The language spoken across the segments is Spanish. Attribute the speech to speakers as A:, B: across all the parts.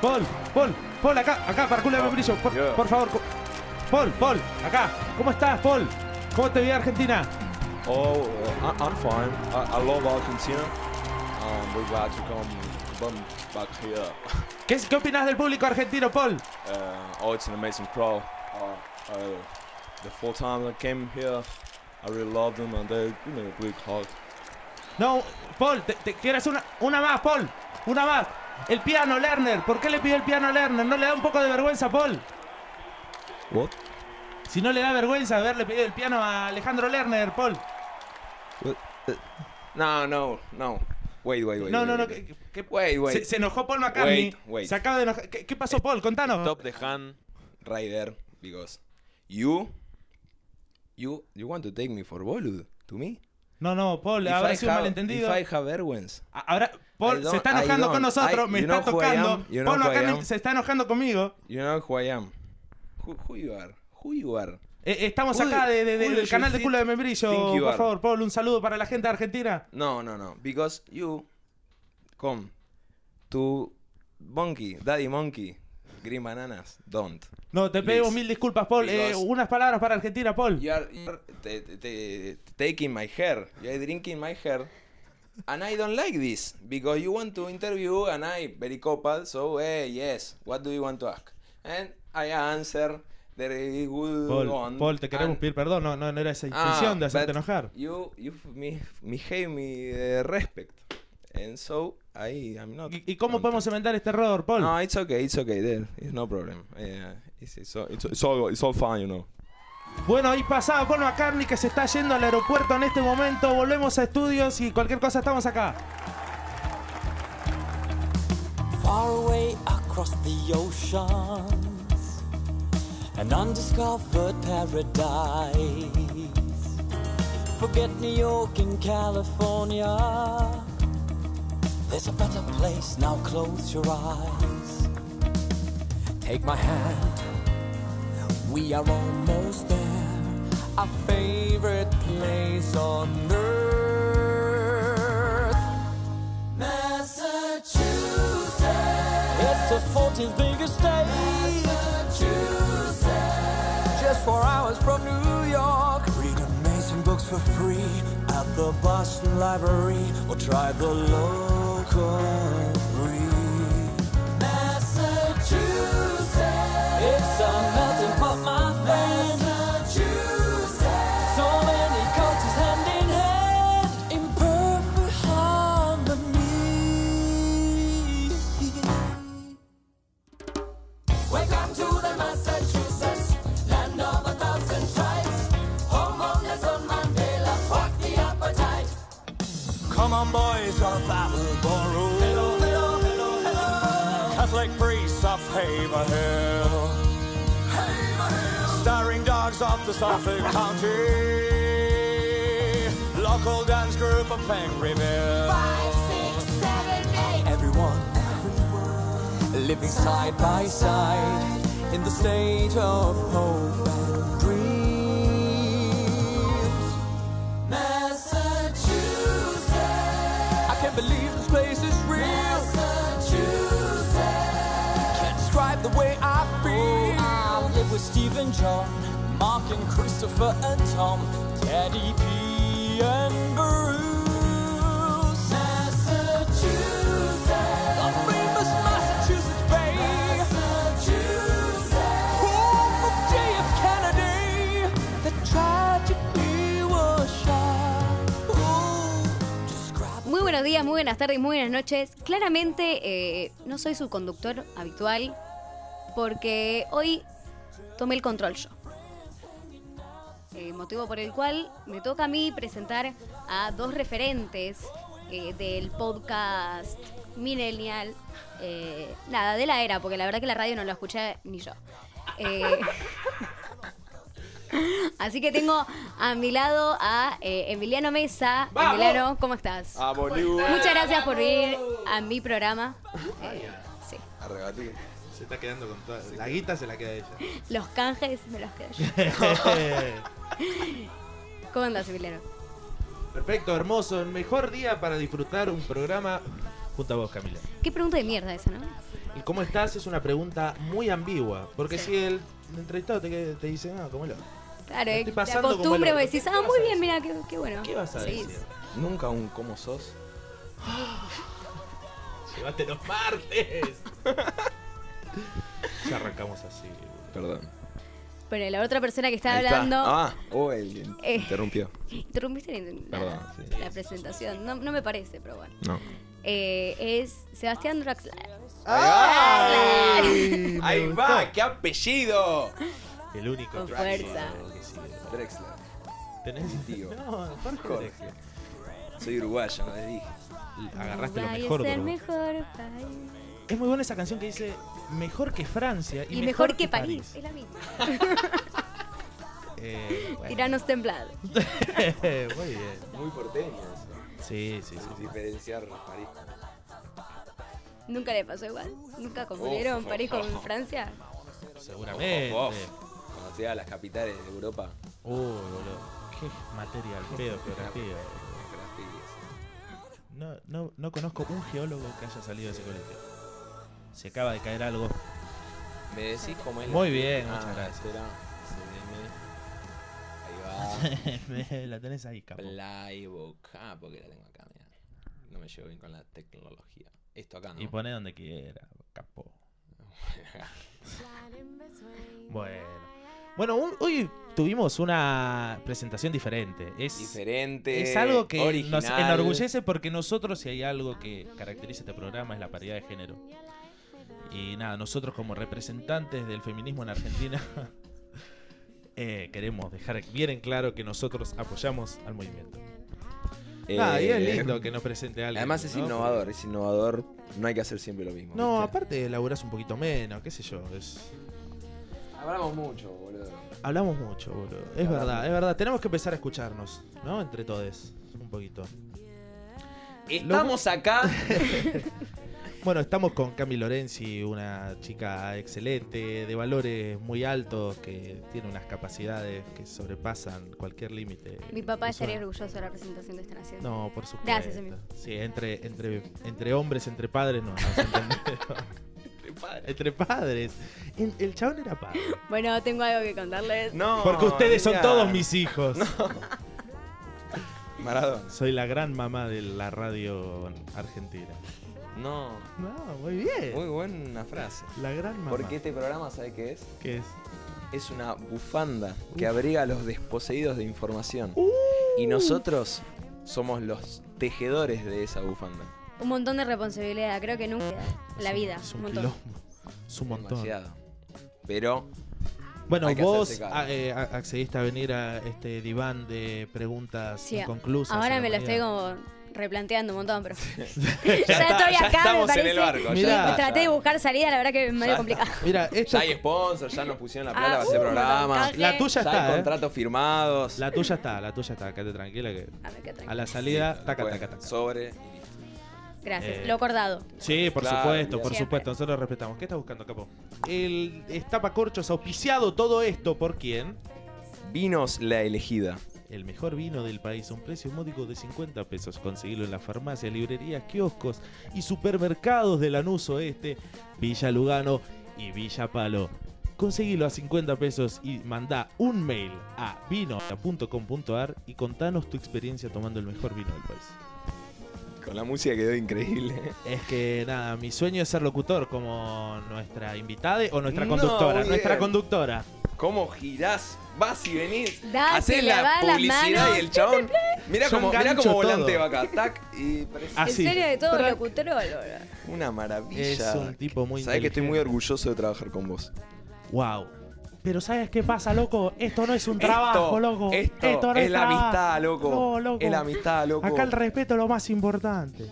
A: Paul, Paul, Paul, acá, acá, para
B: Oh,
A: culo de Mauricio, por,
C: Yo.
A: por favor. co- Paul, Paul, acá. ¿Cómo estás, Paul? ¿Cómo te vive Argentina?
C: Oh, uh, I, I'm fine. I, I love Argentina. Um, we're glad to come, come back here.
A: ¿Qué, es- ¿Qué opinas del público argentino, Paul?
C: Uh, oh, it's an amazing crowd. Uh, uh, the full time I came here, I really love them and they give me a big hug.
A: No, Paul, te, te quieres una, una más, Paul. Una más. El piano, Lerner. ¿Por qué le pidió el piano a Lerner? ¿No le da un poco de vergüenza, Paul?
B: What?
A: Si no le da vergüenza haberle pedido el piano a Alejandro Lerner, Paul.
B: No, no, no. Wait, wait, wait.
A: No,
B: wait,
A: no, no.
B: wait,
A: que-
B: wait.
A: que- que-
B: Wait, wait.
A: Se, se enojó Paul McCartney.
B: Wait, wait. Eh,
A: Se acaba de enojar. ¿Qué, qué pasó, Paul? Contanos.
B: Stop the hand right there because you, you, you want to take me for boludo to me.
A: No, no, Paul,
B: If
A: habrá
B: I
A: sido un
B: have-
A: malentendido.
B: If I have vergüenza.
A: A- Ahora,
B: I
A: Paul
B: don't-
A: se está
B: I
A: enojando con
B: don't.
A: nosotros,
B: I-
A: me
B: you
A: está
B: know who I am,
A: tocando.
B: you know
A: Paul
B: who I
A: McCartney
B: am.
A: se está enojando conmigo.
B: You know who I am. Who, who you are? Who you are?
A: Eh, eh, estamos
B: Who
A: acá
B: do-
A: de- de-
B: who
A: de-
B: do
A: del
B: you
A: canal de
B: think-
A: culo de
B: think
A: membrillo.
B: you
A: Por
B: are?
A: favor, Paul, un saludo para la gente de Argentina.
B: No, no, no. Because you come to Monkey, Daddy Monkey, Green Bananas. Don't.
A: No, te pedimos
B: Please.
A: mil disculpas, Paul. Eh,
B: Because-
A: unas palabras para Argentina, Paul.
B: You are, you are t- t- t- taking my hair. You are drinking my hair. And I don't like this because you want to interview and I very coupled. So, eh, yes. What do you want to ask? And I answer. There good
A: Paul,
B: on.
A: Paul, te queremos
B: and- Ah,
A: pedir perdón. No, no, no era esa intención de hacerte
B: but
A: enojar.
B: You, you mi- misgave me uh, respect. And so I am not.
A: ¿Y, y cómo podemos
B: content.
A: inventar este error, Paul?
B: No, it's okay, it's okay, there. It's no problem. Yeah, it's, it's all,
C: It's, it's, all, it's all fine, you know.
A: Bueno, ahí pasaba Paul McCartney que se está yendo al aeropuerto en este momento. Volvemos a estudios y cualquier cosa estamos acá.
D: far away across the oceans, an undiscovered paradise. Forget New York and California, there's a better place now. Close your eyes, take my hand, we are almost there. Our favorite place on earth. Massachusetts. It's the 14th biggest state. Massachusetts. Just four hours from New York. Read amazing books for free at the Boston Library or try the local breed. Massachusetts. It's a melting pot, my friend. Massachusetts. So many cultures hand in hand in perfect harmony. Welcome to the Massachusetts, land of a thousand tribes. Home of Nelson Mandela, fuck the appetite. Come on, boys of Attleboro. Hello, hello, hello, hello. Catholic priests of Haverhill. Starring dogs of the Suffolk County. Local dance group of Pengreville.
E: Five, six, seven, eight.
D: Everyone, everyone, living side by side in the state of hope and dreams. Massachusetts. I can't believe this place is real. Massachusetts. Can't describe the way I feel. Oh, I live with Steve and John, Mark and Christopher and Tom, Teddy P and Bruce. Massachusetts. The famous Massachusetts Bay. Massachusetts. Home of JF Kennedy. That tragically was shot. Ooh, describe
F: Muy buenos días, muy buenas tardes, muy buenas noches. Claramente eh, no soy su conductor habitual porque hoy tomé el control yo. Eh, motivo por el cual me toca a mí presentar a dos referentes eh, del podcast Millennial. eh, nada, de la era, porque la verdad que la radio no la escuché ni yo. Eh, así que tengo a mi lado a eh, Emiliano Mesa. Emiliano, ¿cómo estás?
B: Ah, boludo.
F: Muchas gracias por venir a mi programa. Eh, sí.
B: Arrebatí.
G: Se está quedando con toda. La guita se la queda ella.
F: Los canjes me los quedo yo. ¿Cómo andas, Emiliano?
A: Perfecto, hermoso. El mejor día para disfrutar un programa junto a vos, Camila.
F: Qué pregunta de mierda esa, ¿no?
A: El cómo estás es una pregunta muy ambigua. Porque
F: Sí.
A: si el entrevistado te, te dice, no, cómo lo.
F: Claro,
A: Me
F: eh,
A: estoy
F: la
A: pasando como
F: costumbre,
A: el
F: vos
A: orto.
F: decís,
A: ¿Qué
F: ah,
A: vas
F: muy
A: a
F: bien,
A: decir?
F: mira, qué, qué bueno.
A: ¿Qué vas a
F: Sí,
A: decir?
B: Nunca un cómo sos.
A: Llévate los martes. ya arrancamos así. boludo.
B: Perdón.
F: Pero la otra persona que estaba
B: Ahí está.
F: hablando,
B: Ah, oh, el-
F: Eh.
B: interrumpió.
F: interrumpiste la,
B: Perdón,
F: la-
B: sí.
F: la presentación, no, no me parece, pero bueno.
B: No.
F: Eh, es Sebastián Draxler.
B: ¡Ay!
A: me
B: ¡Ahí
A: gustó.
B: va! ¡Qué apellido!
A: El único
F: Con
A: Draxler,
F: fuerza.
A: boludo, que sí, boludo.
B: Drexler.
A: ¿Tenés?
B: Tío.
A: No, Jorge.
B: Jorge.
A: Drexler.
B: Soy uruguayo, no les dije.
A: Agarraste lo
F: Uruguay
A: mejor,
F: es el
A: bro.
F: mejor país.
A: Es muy buena esa canción que dice mejor que Francia y,
F: Y mejor que París, es la misma.
A: Eh, bueno.
F: Tiranos templados.
A: muy bien.
B: Muy porteño eso.
A: Sí, sí, sí.
B: Diferenciar París.
F: Nunca le pasó igual. Nunca confundieron
B: Uf,
F: París
B: uf,
F: con
B: uf.
F: Seguramente.
A: Seguramente.
B: Ojo, ojo. Cuando te vas a las capitales de Europa,
A: Uy, boludo. Qué materia al pedo, geografía.
B: geografía,
A: No, no, no conozco un geólogo que haya salido de ese colegio. Se acaba de caer algo.
B: sí. ¿Me decís cómo es la-
A: Muy bien,
B: Ah,
A: muchas gracias.
B: espera. CM. Ahí
A: Me- la tenés ahí,
B: va.
A: capo.
B: Playbook. Ah, porque la tengo acá, mira. No me llevo bien con la tecnología. Esto acá, ¿no?
A: Y pone donde quiera, capo. Bueno. Bueno, un- hoy tuvimos una presentación diferente. Es,
B: Diferente.
A: es algo que nos
B: este, original.
A: enorgullece porque nosotros, si hay algo que caracteriza este programa, es la paridad de género. Y nada, nosotros como representantes del feminismo en Argentina eh, queremos dejar bien en claro que nosotros apoyamos al movimiento.
B: Eh,
A: Nada, Ah, y es lindo que nos presente algo.
B: Además es innovador, es innovador. No hay que hacer siempre lo mismo.
A: No,
B: ¿viste?
A: aparte laburás un poquito menos, qué sé yo. Es...
B: Hablamos mucho, boludo.
A: Hablamos mucho, boludo. Es verdad, es verdad. Tenemos que empezar a escucharnos, ¿no? Entre todos, un poquito.
B: Estamos acá.
A: Bueno, estamos con Cami Lorenzi, una chica excelente, de valores muy altos, que tiene unas capacidades que sobrepasan cualquier límite.
F: Mi papá estaría
A: Eso-
F: orgulloso de la presentación de esta nación.
A: No, por supuesto.
F: Gracias, amigo.
A: Sí, entre, entre, entre hombres, entre padres, no. nos entendemos. entre padres. El, el chabón era padre.
F: Bueno, tengo algo que contarles.
B: No,
A: Porque ustedes son
B: niña.
A: todos mis hijos.
B: Maradona.
A: Soy la gran mamá de la radio argentina.
B: No.
A: No, muy bien.
B: Muy buena frase.
A: La gran mamá.
B: Porque este programa, ¿sabe qué es?
A: ¿Qué es?
B: Es una bufanda que abriga a los desposeídos de información.
A: Uh.
B: Y nosotros somos los tejedores de esa bufanda.
F: Un montón de responsabilidad, creo que nunca.
A: Es
F: La
A: un-
F: vida,
A: Es
F: un
A: un,
F: montón.
A: quilombo. Es un montón.
B: Demasiado. Pero
A: Bueno,
B: Hay que
A: vos
B: hacerse cargo.
A: a- eh, a- accediste a venir a este diván de preguntas
F: Sí,
A: inconclusas.
F: Ahora
A: en
F: me
A: la
F: lo estoy
A: humanidad.
F: como replanteando un montón, pero.
B: ya, está,
F: estoy
B: ya
F: acá, me
B: estamos en
F: parece. pues
B: el barco. ya
A: Mirá.
B: está,
F: Traté
B: ya.
F: de buscar salida, la verdad que es medio complicado.
A: Mira,
B: Ya
A: esto,
B: hay sponsor, ya nos pusieron la plata
F: Ah,
B: para hacer
F: uh,
B: programa.
F: montón.
A: la tuya
B: Ya hay
A: está, ¿eh?
B: contratos firmados.
A: La tuya está, la tuya está. Quédate tranquila que
F: A ver, qué
A: a
F: tranquilo.
A: la salida, taca,
B: Bueno,
A: taca, taca.
B: Sobre y listo.
F: Gracias,
A: Eh.
F: lo acordado.
A: Sí, por
B: Claro,
A: supuesto, por
F: siempre.
A: supuesto. Nosotros respetamos. ¿Qué estás buscando, capo? El estapacorchos auspiciado todo esto por quién?
B: Vinos la elegida.
A: El mejor vino del país a un precio módico de 50 pesos. Conseguilo en las farmacias, librerías, kioscos y supermercados de Lanús Oeste, Villa Lugano y Villa Palo. Conseguilo a 50 pesos y mandá un mail a vino.com.ar y contanos tu experiencia tomando el mejor vino del país.
B: Con la música quedó increíble.
A: Es que nada, mi sueño es ser locutor como nuestra invitada o nuestra
B: No,
A: conductora.
B: bien.
A: nuestra conductora.
B: ¿Cómo girás? Vas y venís.
F: Dale,
B: Hacés
F: le
B: la
F: va las
B: publicidad
F: manos.
B: y el chabón. Mirá
A: Yo
B: como, mirá
A: engancho
B: como
A: todo.
B: volante va acá. Tac. Y parece
A: Ah, sí.
F: En serio, de todo
A: Pero-
F: locutor, boludo.
B: una maravilla.
A: Es un tipo muy
B: Sabés que estoy
A: inteligente.
B: muy orgulloso de trabajar con vos.
A: Wow. Pero ¿sabes qué pasa, loco? Esto no es un trabajo,
B: esto,
A: loco. no
B: Esto, es la
A: trabajo.
B: amistad, loco.
A: No, loco.
B: Es la amistad, loco.
A: Acá el respeto es lo más importante.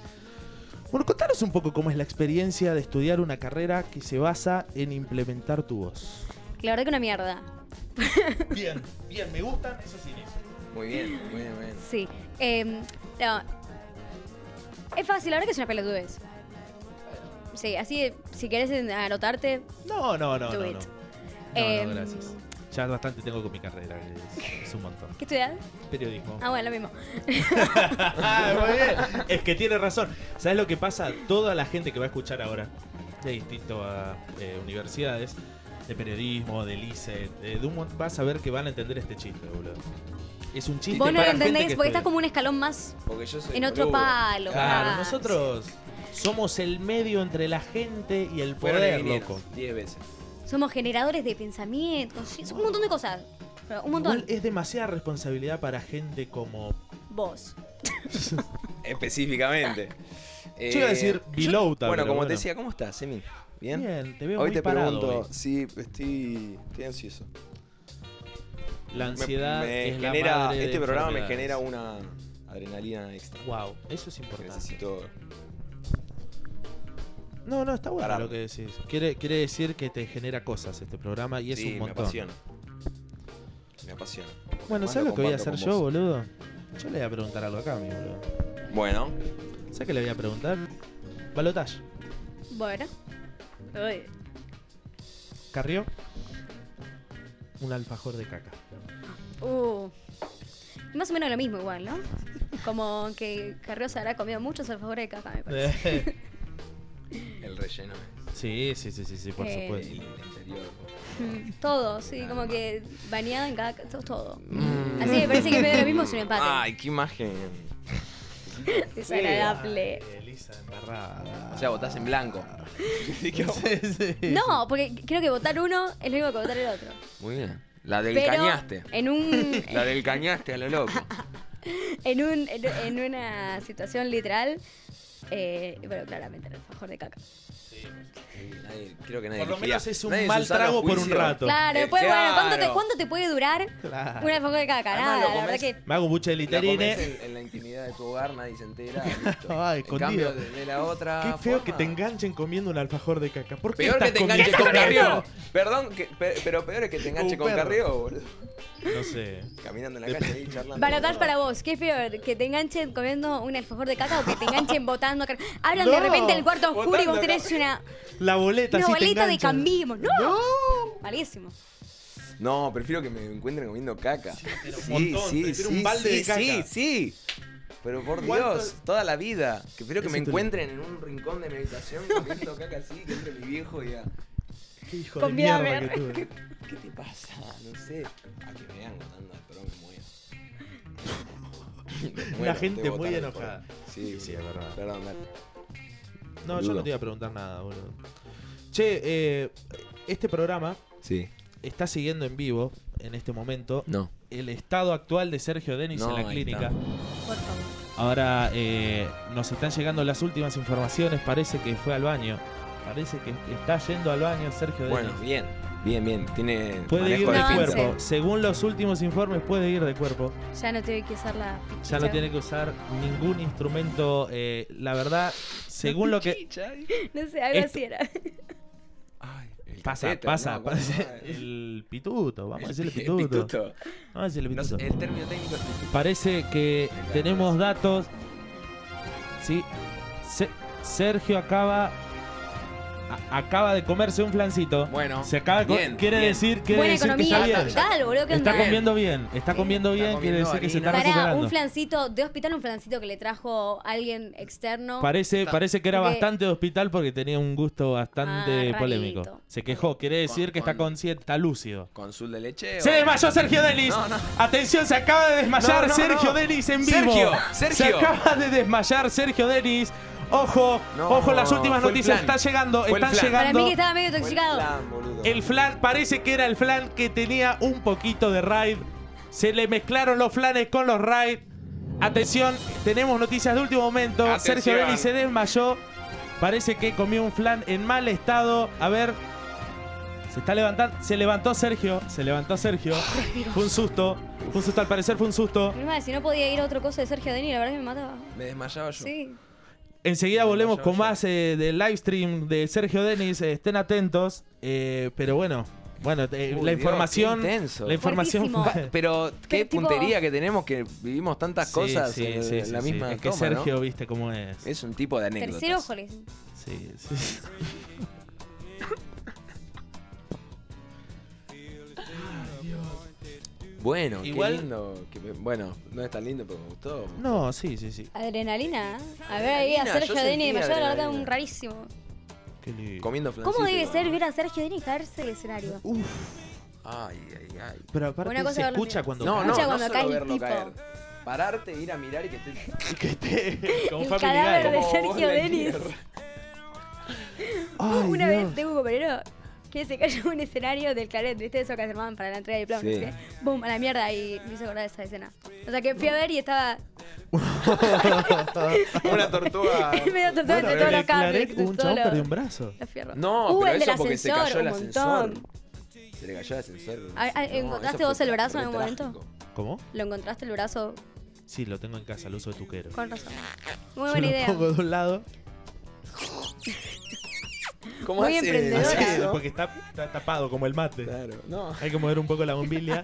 A: Bueno, contanos un poco cómo es la experiencia de estudiar una carrera que se basa en implementar tu voz.
F: La verdad que una mierda.
A: Bien, bien, me gustan esos inicios.
B: Muy bien, muy bien, muy bien.
F: Sí. Em, no. Es fácil, la verdad que es una pelotudez. Sí, así, de- si querés anotarte,
A: No, no, no, no.
F: Do
A: No,
F: it.
A: no,
F: Em,
A: no, gracias. Ya bastante tengo con mi carrera, que es, es un montón.
F: ¿qué estudias?
A: Periodismo.
F: Ah, bueno, lo mismo.
A: Ah, muy bien. Es que tiene razón. ¿Sabes lo que pasa? Toda la gente que va a escuchar ahora de distintas eh, universidades de periodismo, de lice, eh, de, de un mon- vas a ver que van a entender este chiste, boludo. Es un chiste.
H: Vos no lo
A: para gente
H: entendés
A: que estudia.
H: porque estás como un escalón más
B: Porque yo soy
H: en otro
B: boludo.
H: palo.
A: Claro,
H: claro.
A: nosotros somos el medio entre la gente y el
B: Fueron
A: poder,
B: divinos,
A: loco.
B: 10 veces.
H: Somos generadores de pensamientos, sí, un montón de cosas. Pero un montón.
A: Igual eh, es demasiada responsabilidad para gente como.
H: Vos.
B: Específicamente. Eh,
A: Yo iba a decir Below también.
B: Bueno, como
A: bueno.
B: te decía, ¿cómo estás, Semin? ¿Bien?
A: Bien, te veo
B: Hoy
A: muy
B: te
A: parado eh.
B: pregunto,
A: hoy.
B: sí, estoy, estoy ansioso.
A: La
B: Me-
A: ansiedad
B: me,
A: es la
B: genera,
A: madre de
B: este programa me
A: enfermedades.
B: genera una adrenalina extra.
A: Wow, eso es
B: que
A: importante.
B: necesito.
A: No, no, está bueno
B: Pararme.
A: lo que decís. Quiere, quiere decir que te genera cosas este programa y es
B: sí,
A: un
B: me
A: montón.
B: apasiona. Me apasiona.
A: Bueno,
B: Más
A: ¿sabes lo que voy a hacer
B: comparto
A: yo,
B: con
A: boludo? Yo le voy a preguntar algo acá, mi boludo.
B: vos. Bueno,
A: ¿Sabes qué le voy a preguntar? Balotage.
H: Bueno. Ay.
A: Carrió. Un alfajor de caca.
H: Uh. Más o menos lo mismo igual, ¿no? Como que Carrió se habrá comido muchos alfajores de caca, me parece.
B: el relleno es
A: sí, sí, sí, sí, sí, por
H: Eh,
A: supuesto.
B: el interior.
H: Mm, Todo, sí, como que bañado en caca, todo. todo.
A: Mm.
H: Así me parece que medio lo mismo es un empate.
B: Ay, qué imagen.
H: Desagradable.
A: Elisa embarrada.
B: O sea, votás en blanco.
H: No, porque creo que votar uno es lo mismo que votar el otro.
B: Muy bien. La del
H: Pero
B: cañaste.
H: en un
B: La del cañaste a lo loco.
H: en un en, en una situación literal eh, bueno, claramente el alfajor de caca.
B: Nadie- creo que nadie
A: Por lo
B: elegiría-
A: menos es un
B: nadie en
A: mal
B: su sano
A: trago por un
B: juicio-
A: rato.
H: Claro,
B: Eh,
H: después, bueno, ¿cuánto te,
B: claro.
H: cuánto te puede durar
A: Claro.
H: un alfajor de caca?
B: Además,
H: Nada,
B: lo
H: la verdad
B: comés-
H: que
A: Me hago buche de
B: La comes
A: literine.
B: en, en la intimidad de tu hogar, nadie se entera.
A: Ah,
B: listo. en
A: escondido.
B: cambio, de, de la otra.
A: Qué feo
B: forma,
A: que te enganchen comiendo un alfajor de caca. ¿Por qué
B: Peor que
A: estás
B: te
A: comiendo-
B: enganche
A: ¿Qué
B: con
A: estás
B: Carrió. Perdón, que- pe- pero peor es que te enganche
A: Un
B: con
A: perro.
B: Carrió, boludo.
A: comiendo? No sé.
B: Caminando en la calle ahí charlando.
H: Balotage para vos, ¿qué es peor? ¿Que te enganchen comiendo un alfajor de caca o que te enganchen botando caca? Hablan
A: No,
H: de repente el cuarto oscuro y vos
B: botando
H: tenés
B: caca.
H: una,
A: La boleta,
H: una
A: sí te
H: bolita de
A: enganchan.
H: cambiemos. ¡No! Malísimo.
B: No, prefiero que me encuentren comiendo caca. Sí, sí,
A: montón,
B: sí,
A: prefiero
B: sí,
A: un balde de
B: sí,
A: caca.
B: sí, Pero por
A: ¿Cuánto-
B: Dios, toda la vida. Que Prefiero que
A: Ese
B: me
A: es tu-
B: encuentren en un rincón de mi habitación comiendo caca así, que entre mi viejo y a...
A: Qué hijo de
H: Conviene.
A: mierda que tuve.
B: ¿Qué te pasa? No sé. A que me vean contando, pero me muero. Me muero,
A: gente
B: debo
A: muy
B: votar
A: enojada.
B: después. Sí,
A: Sí, sí, es verdad.
B: Perdón, dale.
A: No, yo no
B: Boludo.
A: te iba a preguntar nada, boludo. Che, eh, este programa
B: Sí.
A: está siguiendo en vivo en este momento
B: No.
A: el estado actual de Sergio Denis
B: No,
A: en la
B: ahí
A: clínica.
B: está.
H: Por favor.
A: Ahora eh, nos están llegando las últimas informaciones. Parece que fue al baño. Parece que está yendo al baño Sergio Denis.
B: Bueno, bien. Bien, bien. Tiene
A: puede ir
B: manejo
A: de
H: No,
B: esfínter.
A: cuerpo. Según los últimos informes, puede ir de cuerpo.
H: Ya no tiene que usar la
A: Ya no tiene que usar ningún instrumento. eh, la verdad, según lo que.
H: No sé, algo
A: Esto-
H: así era.
B: Ay, el
A: Pasa,
B: cachete,
A: pasa,
B: no,
A: pasa.
B: ¿cómo se llama?
A: El pituto, vamos a decirle
B: El pi-
A: pituto.
B: pituto.
A: Vamos a decirle
B: No sé,
A: pituto.
B: el término técnico es pituto.
A: Parece que tenemos datos. Sí. Se- Sergio acaba. a- acaba de comerse un flancito.
B: Bueno,
A: Se acaba de co-
B: bien,
A: quiere
B: bien.
A: decir, quiere
H: Buena
A: decir
H: economía
A: que
H: del
A: está bien.
H: hospital, boludo, ¿qué
A: Está
H: onda?
A: comiendo bien, está
H: Sí,
A: comiendo
B: está
A: bien, quiere
B: comiendo
A: decir que se está
B: harina.
H: Pará,
A: recuperando.
H: un flancito de hospital, un flancito que le trajo alguien externo.
A: Parece,
B: Está-
A: parece que era
H: porque-
A: bastante de hospital porque tenía un gusto bastante
H: Ah,
A: polémico.
H: rarito.
A: Se quejó, quiere decir
B: Con-
A: que está
B: con-
A: consciente, está lúcido.
B: Con sul de leche.
A: Se
B: o-
A: desmayó Sergio Denis.
B: No, no.
A: Atención, se acaba de desmayar
B: No, no,
A: Sergio
B: no.
A: Denis en vivo.
B: Sergio,
A: Se
B: Sergio.
A: acaba de desmayar Sergio Denis. Ojo,
B: No,
A: ojo, las últimas
B: fue el
A: noticias
B: flan.
A: están llegando,
B: Fue el
A: están
B: flan.
H: Para
A: llegando.
H: mí que estaba medio
B: Buen
H: intoxicado.
B: plan, boludo.
A: El flan parece que era el flan que tenía un poquito de raid. Se le mezclaron los flanes con los raid. Atención, tenemos noticias de último momento.
B: Atención.
A: Sergio Denis se desmayó. Parece que comió un flan en mal estado. A ver. Se está levantando. Se levantó Sergio. Se levantó Sergio. Fue un susto. Fue un susto, al parecer fue un susto.
H: Mi madre, si no podía ir a otro cosa de Sergio Denis, la verdad que me mataba.
B: Me desmayaba yo.
H: Sí.
A: Enseguida volvemos
B: Yo,
A: con
B: yo.
A: más eh, del live stream de Sergio Denis. Eh, estén atentos. Eh, pero bueno, bueno, eh,
B: Uy,
A: la
B: Dios,
A: información.
B: qué intenso.
A: la información
H: Fuertísimo.
A: fue-
B: Pero qué
H: Pero, tipo-
B: puntería que tenemos que vivimos tantas
A: Sí,
B: cosas
A: sí,
B: en,
A: sí,
B: en
A: sí,
B: la
A: sí.
B: misma
A: Es que
B: toma,
A: Sergio,
B: ¿no?
A: viste cómo es.
B: Es un tipo de anécdotas.
H: Tercer ojo, le dicen.
A: Sí, sí.
B: Bueno,
A: Igual-
B: qué lindo. que me- bueno, no es tan lindo, pero me gustó.
A: No, sí, sí, sí.
H: Adrenalina. ¿eh? A ver ahí a
B: Adrenalina,
H: Sergio
B: yo
H: Denis
B: sentí
H: desmayado, la verdad,
B: adrenalina.
H: un rarísimo.
A: Qué lindo.
B: Comiendo flancito.
H: ¿Cómo debe ser ver a Sergio Denis caerse del escenario?
A: Uf,
B: Ay, ay, ay.
A: pero aparte
F: Una cosa
A: se
F: verlo
A: escucha
F: bien.
A: cuando
B: No,
A: cae.
B: no,
F: Escucha
B: no
F: cuando
B: solo
F: cae el
B: verlo
F: tipo.
B: caer. Pararte, e ir a mirar y que esté...
A: que te- como
H: El
A: Family
H: cadáver
A: Guy.
H: de-
B: como
H: Sergio
B: bola de
H: Denis.
B: nieve.
A: Ay,
H: Una
A: Dios.
H: vez de Hugo Perero que se cayó en un escenario del claret, ¿viste eso que se armaban para la entrega de diploma?
B: Sí.
H: no sé qué? ¡Bum! A la mierda y me hizo acordar de esa escena. O sea que fui a ver y estaba
B: Una tortuga.
H: medio tortudo
A: Bueno,
H: entre
A: en
H: todos
A: el
H: los
A: Claret
H: cables.
A: un chabón perdió un brazo.
B: No,
H: Uh,
B: pero eso porque se cayó el
H: un montón.
B: ascensor. Se le cayó el ascensor.
H: Ah, ah, ¿encontraste
B: eso
H: vos
B: fue
H: el brazo en
B: re
H: algún momento?
B: trágico.
A: ¿Cómo?
H: ¿Lo encontraste el brazo?
A: Sí, lo tengo en casa, lo uso de tuquero.
H: Con razón. Muy
A: Yo
H: buena
A: lo
H: idea.
A: pongo de un lado,
B: ¿Cómo
H: Muy
B: hace?
H: emprendedora.
A: así,
H: Claro.
A: porque está, está tapado como el mate.
B: Claro. No.
A: Hay que mover un poco la bombilla.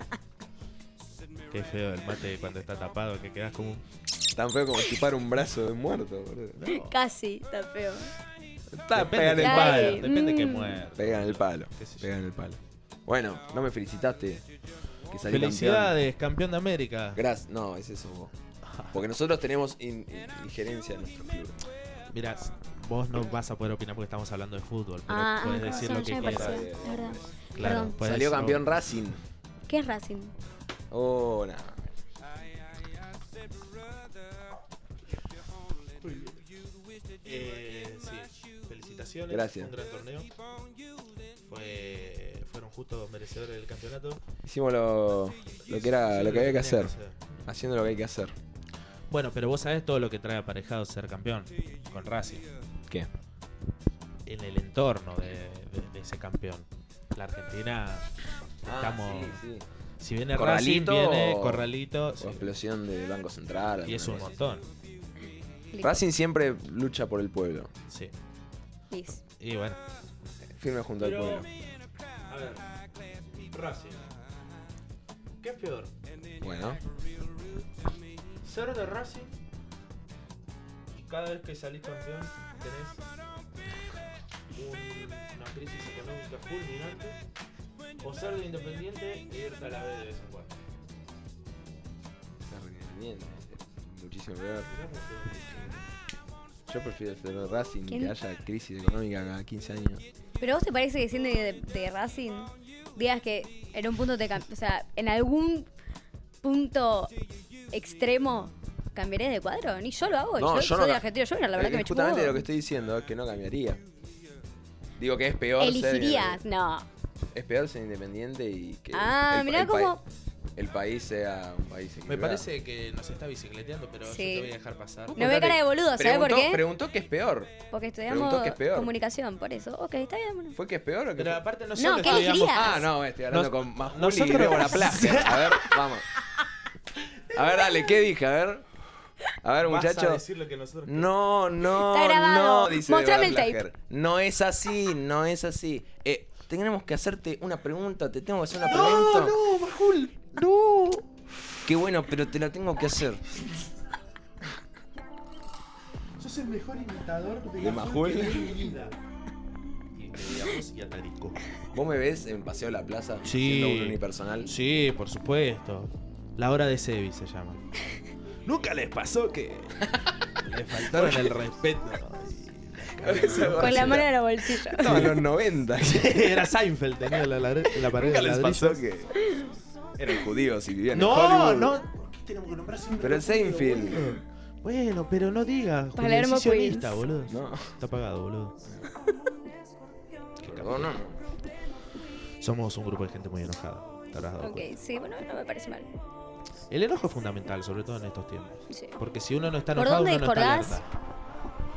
A: Qué feo el mate cuando está tapado, que quedas como un...
B: Tan feo como chupar un brazo de muerto, boludo.
H: Casi, está feo.
B: Está, pegan el
H: Ay.
B: palo.
A: depende que
H: Mm.
A: muera.
B: Pegan el palo.
A: Qué sé yo.
B: Pegan el palo. Bueno, no me felicitaste. Que salí
A: Felicidades, campeón de América.
B: Gracias. No, es eso vos. Porque nosotros tenemos in- in- injerencia en nuestro club.
A: Mirá, vos no vas a poder opinar porque estamos hablando de fútbol, pero
H: Ah,
A: puedes
H: ah,
A: decir
H: razón,
A: lo que
H: ya me
A: quieras.
H: pareció. Es verdad.
A: Claro,
H: Perdón.
A: puedes-
B: Salió
A: no.
B: campeón Racing.
H: ¿Qué es Racing?
B: Oh, no.
A: Eh, sí, felicitaciones.
B: Gracias.
A: Un gran torneo. Fue- fueron justos merecedores del campeonato.
B: Hicimos lo, lo que era, lo que había que
A: tenían
B: hacer. Haciendo lo que hay que hacer.
A: Bueno, pero vos sabés todo lo que trae aparejado ser campeón con Racing.
B: ¿Qué?
A: En el entorno de, de- de ese campeón. La Argentina, estamos.
B: Ah, sí, sí.
A: Si viene
B: Corralito
A: Racing, viene
B: o-
A: Corralito. sí.
B: O explosión de Banco Central.
A: Y es un
B: alguna cosa.
A: montón.
B: Racing siempre lucha por el pueblo.
A: Sí.
H: Liz.
A: Y bueno.
B: Firme junto
A: Pero-
B: al pueblo.
A: A ver. Racing. ¿Qué es peor?
B: Bueno,
A: Ser de Racing. Y cada vez que salís campeón tenés un- una crisis económica fulminante. O ser de Independiente e irte a la B de vez en cuando.
B: está bien, eh. es muchísimo peor.
A: Mirá cómo te-
B: Yo prefiero ser de Racing y que
H: ¿Quién?
B: haya crisis económica cada 15 años.
H: ¿Pero a vos te parece que siendo de, de Racing digas que en un punto te cam- O sea, en algún punto extremo cambiaré de cuadro? Ni yo lo hago.
B: No,
H: yo,
B: yo no
H: soy
B: ca-
H: argentino. Yo la verdad
B: Es
H: que me chupo
B: justamente
H: un
B: lo
H: huevo.
B: que estoy diciendo es que no cambiaría. Digo que es peor
H: Elegirías.
B: ser.
H: No.
B: Es peor ser independiente y que.
H: Ah, mirá
B: pa-
H: cómo-
B: el país sea un país
A: Me
B: equilibrado.
A: parece que nos está bicicleteando, pero yo
H: Sí.
A: te voy a dejar pasar.
H: No me cara de boludo, ¿sabes por
B: Preguntó-
H: qué?
B: Preguntó que es peor.
H: Porque estudiamos
B: preguntó qué es peor.
H: comunicación, por eso. Ok, está bien. bueno.
B: ¿Fue que es peor o que
A: Pero
B: fue-
A: aparte no
H: No,
A: solo
H: ¿qué
A: estudiamos-
H: elegirías?
B: Ah, no, estoy hablando
A: Nos-
B: con más Juli
A: nosotros-
B: y Débora Plaza. A ver, vamos. A ver, dale, ¿qué dije? A ver. A ver,
A: Vas a
B: muchachos.
A: decir lo que nosotros
B: No, no,
H: Está grabado.
B: no, dice
H: Mostrame
B: Débora
H: el
B: Plager. No es así, no es así. Eh, tenemos que hacerte una pregunta, te tengo que hacer una pregunta.
A: Oh,
B: No, no, Majul, no. Qué bueno, pero te la tengo que hacer.
G: Sos el mejor imitador de,
B: ¿De Majul?
G: que vi en mi vida.
A: Y te digamos y atarisco.
B: ¿Vos me ves en Paseo de la Plaza
A: Sí.
B: siendo un unipersonal?
A: Sí, por supuesto. La hora de Sebi se llama. Nunca les pasó que le faltaron el respeto.
H: Con la mano en la bolsilla.
B: Estaba en los 90.
A: Era Seinfeld, tenía la, ladr- la pared
B: Nunca
A: de
B: les
A: ladrillos.
B: pasó que eran judíos y vivían en
A: No,
B: Hollywood.
A: no.
B: Pero en Seinfeld.
A: Bueno, pero no digas. Julio,
H: Palermo,
A: es sionista,
H: Queens.
A: boludo.
B: No.
A: Está apagado, boludo.
B: Perdona.
A: Somos un grupo de gente muy enojada. te habrás dado
H: Ok,
A: cuenta.
H: sí, bueno, no me parece mal.
A: El enojo es fundamental, sobre todo en estos tiempos.
H: Sí.
A: Porque si uno no está
H: ¿Por
A: enojado,
H: dónde
A: uno no está
H: discordás?
A: alerta.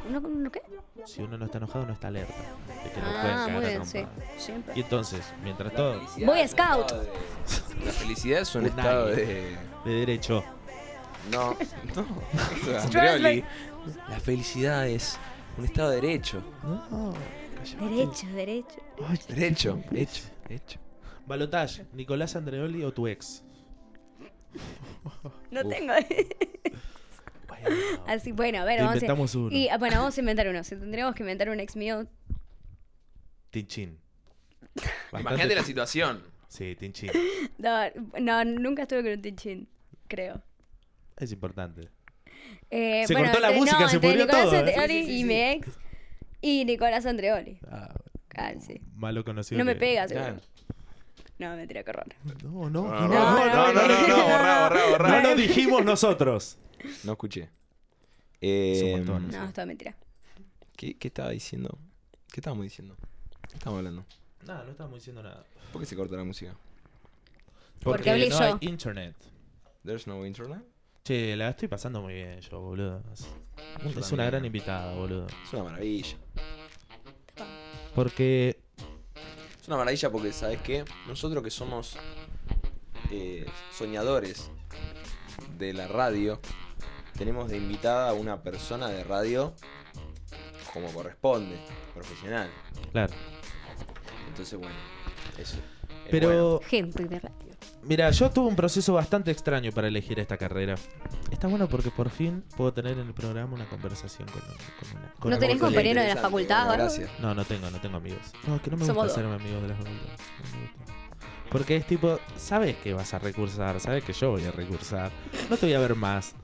H: ¿No, no qué?
A: Si uno no está enojado, no está alerta. de que nos pueden
H: Ah,
A: cagar
H: muy
A: a
H: bien, sí.
A: trompadas.
H: Siempre.
A: Y entonces, mientras todo,
H: Voy a scout.
B: La felicidad es un
A: Un
B: estado
A: águila.
B: de.
A: de derecho.
B: No, no. Eso es Andreoli. La felicidad es un estado de derecho.
A: No,
H: Derecho, derecho.
B: Derecho, hecho, hecho.
A: Balotage, Nicolás Andreoli o tu ex.
H: No
B: Uf.
H: tengo.
A: Bueno,
H: Así, bueno, a ver,
A: te
H: vamos a...
A: Ah, inventamos uno.
H: Y, ah, bueno, vamos a inventar uno. Si tendríamos que inventar un ex mío,
A: Tinchín.
B: Imagínate
A: Bastante-
B: la situación.
A: Sí, Tinchín.
H: no, no, nunca estuve con un tichín, creo.
A: Es importante.
H: Eh,
A: Se
H: bueno,
A: cortó la
H: entre-
A: música,
H: no,
A: se
H: entre
A: pudrió
H: Nicolás
A: todo, ¿eh?
H: Anteori
A: Sí, sí, sí,
H: y
A: sí.
H: mi ex Y Nicolás Andreoli.
A: Ah,
H: Claro, sí.
A: malo conocido.
H: No me
A: que-
H: pegas,
B: Claro.
H: No, mentira, qué horror.
A: No, no, no.
C: No, no,
B: No, no, no, no, borrá, borrá,
A: No
B: borrá.
A: lo dijimos nosotros.
B: No escuché.
A: Es un
B: Eh,
A: montón.
H: No, es toda mentira.
B: ¿qué, ¿Qué estaba diciendo? ¿Qué estábamos diciendo? ¿Qué estábamos hablando?
A: No, no estamos diciendo nada.
B: ¿Por qué se corta la música?
A: Porque,
H: Porque hablé
A: no
H: yo.
A: hay internet.
B: There's no internet.
A: Che, la estoy pasando muy bien yo, boludo. Es- Es una
B: también.
A: gran invitada, boludo.
B: Es una maravilla.
A: Porque
B: Es una maravilla porque, ¿sabes qué? Nosotros que somos eh, soñadores de la radio, tenemos de invitada a una persona de radio como corresponde, profesional.
A: Claro.
B: Entonces, bueno, eso. es bueno.
A: Pero,
F: Gente de radio.
A: mira, yo tuve un proceso bastante extraño para elegir esta carrera. Está bueno porque por fin puedo tener en el programa una conversación con, con una. con
F: ¿No
A: una
F: tenés
A: voz de-
F: compañero? de la
B: Interesante,
F: facultad
B: bueno,
F: o algo?
B: Gracias.
A: No, no tengo, no tengo amigos. No, es que no me
F: Somos
A: gusta
F: dos.
A: hacerme amigos de las facultad. No me gusta. Porque es tipo, sabes que vas a recursar, sabes que yo voy a recursar. No te voy a ver más.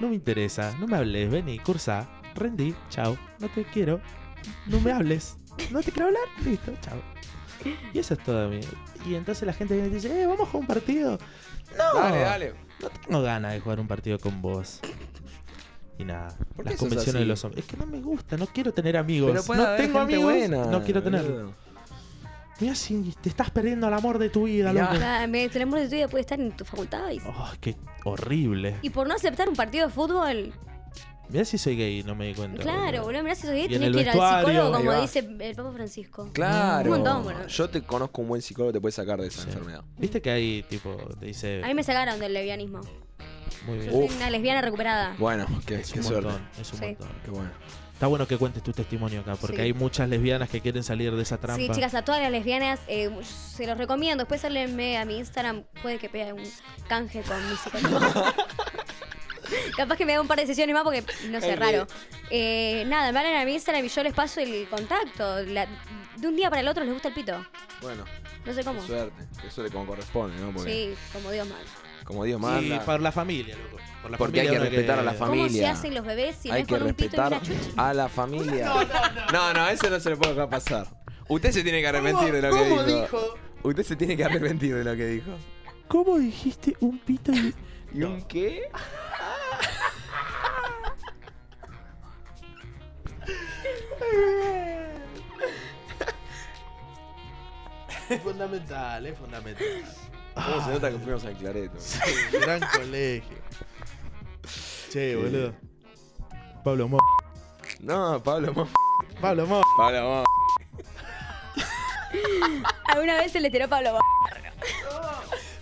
A: No me interesa, no me hables, vení, cursa, rendí, chao, no te quiero, no me hables, no te quiero hablar, listo, chao. Y eso es todo, amigo. Y entonces la gente viene y dice, eh, vamos a jugar un partido. No,
B: Dale, dale.
A: no tengo ganas de jugar un partido con vos. Y nada,
B: ¿Por qué
A: las
B: sos
A: convenciones de
B: así?
A: los hombres. Es que no me gusta, no quiero tener amigos. no tengo amigos, no quiero tener. Mira si te estás perdiendo el amor de tu vida,
B: Mirá.
A: loco.
H: Ah, me- El amor de tu vida puede estar en tu facultad. Y,
A: Oh, qué horrible.
H: y por no aceptar un partido de fútbol.
A: Mira si soy gay y no me di cuenta.
H: Claro,
A: boludo.
H: boludo, mirá si sos gay,
A: Y en
H: tenés
A: el
H: que ir al
A: vestuario.
H: psicólogo,
B: Ahí
H: como
B: va.
H: dice el Papa Francisco.
B: Claro.
H: Un montón,
A: Oh,
H: boludo.
B: Yo te conozco un buen psicólogo que te puede sacar de esa
A: Sí.
B: enfermedad.
A: Viste que hay tipo, te dice.
H: A mí me sacaron del lesbianismo.
A: Muy
H: Yo
A: bien.
H: soy
B: Uf.
H: una lesbiana recuperada.
B: Bueno, qué,
A: es
B: qué
A: un
B: suerte.
A: montón, es un
H: Sí.
A: montón.
B: Qué bueno.
A: Está bueno que cuentes tu testimonio acá, porque
H: Sí.
A: hay muchas lesbianas que quieren salir de esa trampa.
H: Sí, chicas, a todas las lesbianas eh, se los recomiendo. Después háblenme a mi Instagram, puede que pegue un canje con mi psicólogo. Capaz que me da un par de sesiones más porque no sé, raro. Eh, nada, me hablan a mi Instagram y yo les paso el contacto. La- de un día para el otro les gusta el pito.
B: Bueno,
H: No sé cómo.
B: qué suerte. Qué suerte como corresponde, ¿no? Porque
H: Sí, como Dios manda.
B: como Dios
A: Y
B: manda.
A: por la familia, loco. Por la
B: Porque hay
A: familia
B: que
A: uno
B: respetar a la
H: ¿Cómo se
B: Familia.
H: hacen los bebés si no
B: Hay
H: es
B: que
H: con un pito y
B: respetar
H: una chucha?
B: a la familia. No, no, ese no se le puede dejar pasar. Usted se tiene que arrepentir de lo que
G: ¿Cómo
B: dijo.
G: dijo?
B: Usted se tiene que arrepentir de lo que dijo.
A: ¿Cómo dijiste un pito y
B: ¿Y un qué?
G: Es fundamental, es fundamental.
B: ¿Cómo se nota que fuimos al Clareto?
G: Gran colegio.
A: Che, boludo. Pablo Mo.
B: No, Pablo, mo-
A: Pablo Mo.
B: Pablo, mo-
H: Alguna vez se les tiró Pablo.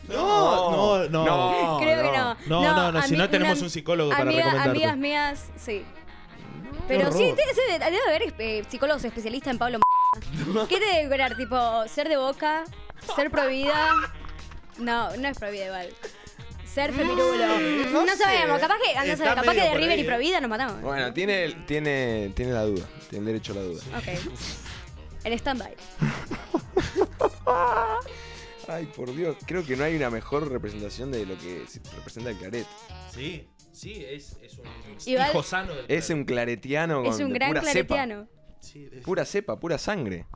A: No, no, no.
B: No,
H: Creo que
B: no.
H: no.
A: No, no, no, si no
H: ami-
A: tenemos
H: una-
A: un psicólogo para
H: amiga-
A: recomendarte.
H: Amigas mías, sí. Pero
A: horror.
H: sí, te- se- debe haber eh, psicólogos especialistas en Pablo. M***. ¿Qué te debe curar? Tipo, ser de boca, ser provida. No, no es provida igual. Ser feminulo. No,
G: no sé.
H: sabemos, capaz que, andá a saber,
G: Está
H: capaz que
G: medio
H: de
G: por
H: River
G: ahí,
H: y
G: eh.
H: provida nos matamos.
B: Bueno, tiene, tiene, tiene la duda. Tiene derecho a la duda.
H: Ok. En stand-by.
B: Ay, por Dios. Creo que no hay una mejor representación de lo que se- representa el claret.
A: Sí, sí, es, es un
H: Igual-
A: hijo sano del
B: Es un claretiano con
H: Es un
B: de
H: gran
B: pura
H: claretiano.
A: Sí,
B: cepa.
A: es-
B: Pura cepa, pura sangre.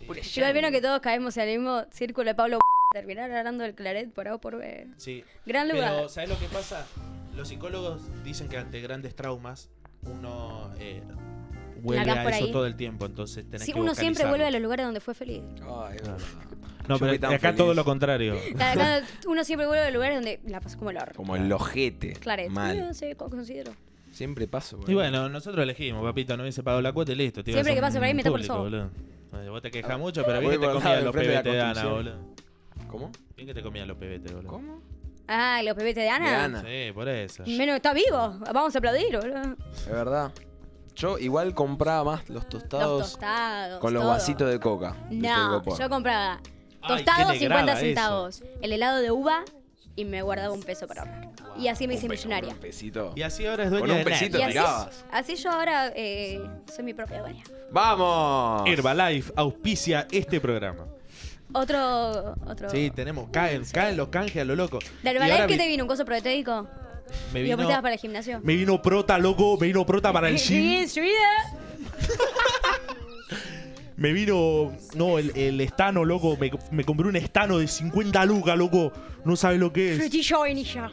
H: Igual vieron que todos caemos en el mismo círculo de Pablo. M***. Terminar hablando del claret por A o por B.
A: sí.
H: Gran lugar.
A: Pero, ¿sabes lo que pasa? Los psicólogos dicen que ante grandes traumas uno eh, vuelve
H: Largás
A: a
H: por
A: eso
H: ahí.
A: todo el tiempo, entonces tenés
H: Sí,
A: que
H: uno siempre
A: vocalizarlo.
H: vuelve a los lugares donde fue feliz.
B: Ay, es verdad.
A: No, pero
B: Yo fui tan
A: acá
B: feliz.
A: todo lo contrario.
H: Claro, acá uno siempre vuelve a lugares donde la pasó como el orto.
B: Como el ojete.
H: Claret. Yo
B: Mal.
H: no sé, co- considero.
B: Siempre paso.
A: Y
B: por ahí.
A: bueno, nosotros elegimos, papito, no hubiese pagado la cuota y listo. te ibas
H: Siempre
A: a
H: que
A: un
H: paso por ahí me toco el
A: público,
H: sol.
A: boludo. Ay, Vos te quejas mucho, pero
B: Ah, Voy
A: bien que te
B: por el
A: comían
B: lado,
A: los
B: enfrente de la
A: PBT de Ana,
B: construcción.
A: boludo.
B: ¿Cómo?
A: Bien que te comían los PBT, boludo.
B: ¿Cómo?
H: Ah, los pepetes de Ana.
B: De Ana.
A: Sí, por eso.
H: Menos está vivo. Vamos a aplaudir, boludo.
B: Es verdad. Yo igual compraba más los tostados,
H: los tostados.
B: con los
H: todo.
B: vasitos de coca. de
H: No,
B: Telgopor.
H: yo compraba
A: Ay,
H: tostados
A: qué
H: 50
A: negrada
H: centavos, el helado de uva y me guardaba un peso para ahorrar. Y así me hice millonaria.
B: Un pesito.
A: Y así ahora es
B: Con
A: dueña
B: un
A: de
B: pesito
H: Y
A: Netflix.
H: así,
B: tirabas.
H: así yo ahora eh, soy mi propia dueña.
B: ¡Vamos!
A: Herbalife auspicia este programa.
H: Otro. otro
A: Sí, tenemos, caen, caen los canjes a lo loco.
H: ¿De
A: Y ahora
H: Herbalife qué
A: vi-
H: te vino? ¿Un coso proteico?
A: me
H: ¿Y
A: vino,
H: después te vas para el gimnasio? Eh,
A: me vino prota, loco, me vino prota para el gym.
H: Sí, sí, eh.
A: Me vino. No, el, el estano, loco. Me, me compré un estano de 50 lucas, loco. No sabes lo que es.
H: Pretty Joy Nisha.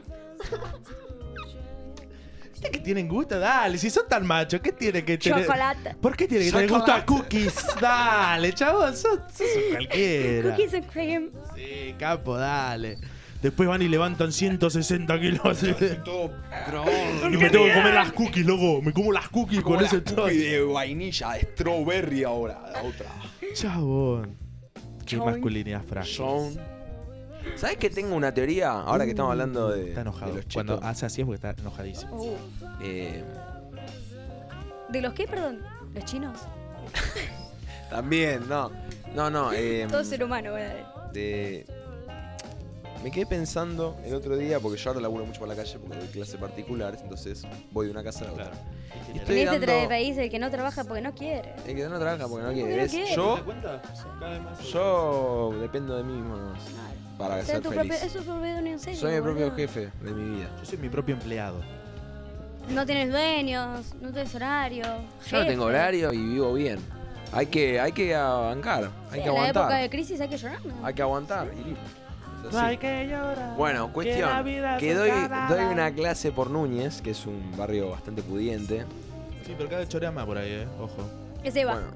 A: ¿Viste Este que tienen gusto? Dale, si son tan machos, ¿qué tiene que tener?
H: Chocolate.
A: ¿Por qué tiene que tener gusto a cookies? Dale, chavos, sos, sos un cualquiera.
H: Cookies and cream.
A: Sí, capo, dale. Después van y levantan 160 kilos.
I: Todo
A: y me tengo que comer las cookies, loco. Me como las cookies
I: Como
A: con
I: la
A: ese trozo.
I: cookie de vainilla, de strawberry ahora, la otra.
A: Chabón. Qué
H: Chabón.
A: masculinidad frágil.
I: Son.
B: ¿Sabes que tengo una teoría? Ahora que estamos hablando de.
A: Está
B: de
A: enojado.
B: los
A: Cuando
B: chetos.
A: hace así es porque está enojadísimo.
H: Uh.
B: Eh,
H: ¿De los qué, perdón? ¿Los chinos?
B: también, no. No, no. eh,
H: Todo ser humano, ¿verdad?
B: de- Me quedé pensando el otro día, porque yo ahora laburo mucho por la calle porque doy clases particulares, entonces voy de una casa a la otra.
A: Claro.
B: Y estoy
H: En este tra-
B: dando-
H: país el que no trabaja porque no quiere.
B: El que no trabaja porque no quiere.
H: no
B: ¿ves?
H: quiere.
B: Yo,
A: cuenta? Cada vez más.
B: yo dependo de mí mismo nomás, para
H: O sea,
B: ser
H: tu propio,
B: feliz.
H: es tu propio dueño en serio.
B: Soy mi propio
H: boludo.
B: jefe de mi vida.
A: Yo soy mi propio empleado.
H: No tienes dueños, no tienes horario.
B: Yo no tengo horario y vivo bien. Hay que, hay que bancar, hay que
H: en la época de
B: aguantar.
H: crisis hay que llorar. ¿no?
B: Hay que aguantar y listo. Es así.
A: que llorar.
B: Bueno, cuestión,
A: vida
B: que
A: es
B: doy,
A: una
B: doy
A: cara.
B: una clase por Núñez, que es un barrio bastante pudiente.
A: Sí, pero cada vez chorea más por ahí, eh. Ojo.
H: Ese va.
B: Bueno.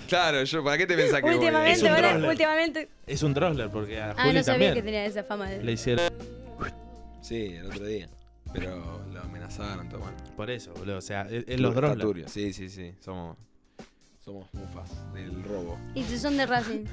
B: Claro, yo, ¿para qué te pensás que voy?
A: Es
H: últimamente,
A: un
H: ¿verdad?
A: troller.
H: Últimamente.
A: Es un troller porque a
H: Ah,
A: Juli
H: no sabía
A: también
H: que tenía esa fama.
A: le
H: De...
A: hicieron.
B: Sí, el otro día. Pero lo amenazaron, todo bueno.
A: Por eso, boludo. O sea, es, es los
B: Está
A: drones.
B: turbio. Sí, sí, sí. Somos. Somos mufas del robo.
H: Y si son de Racing.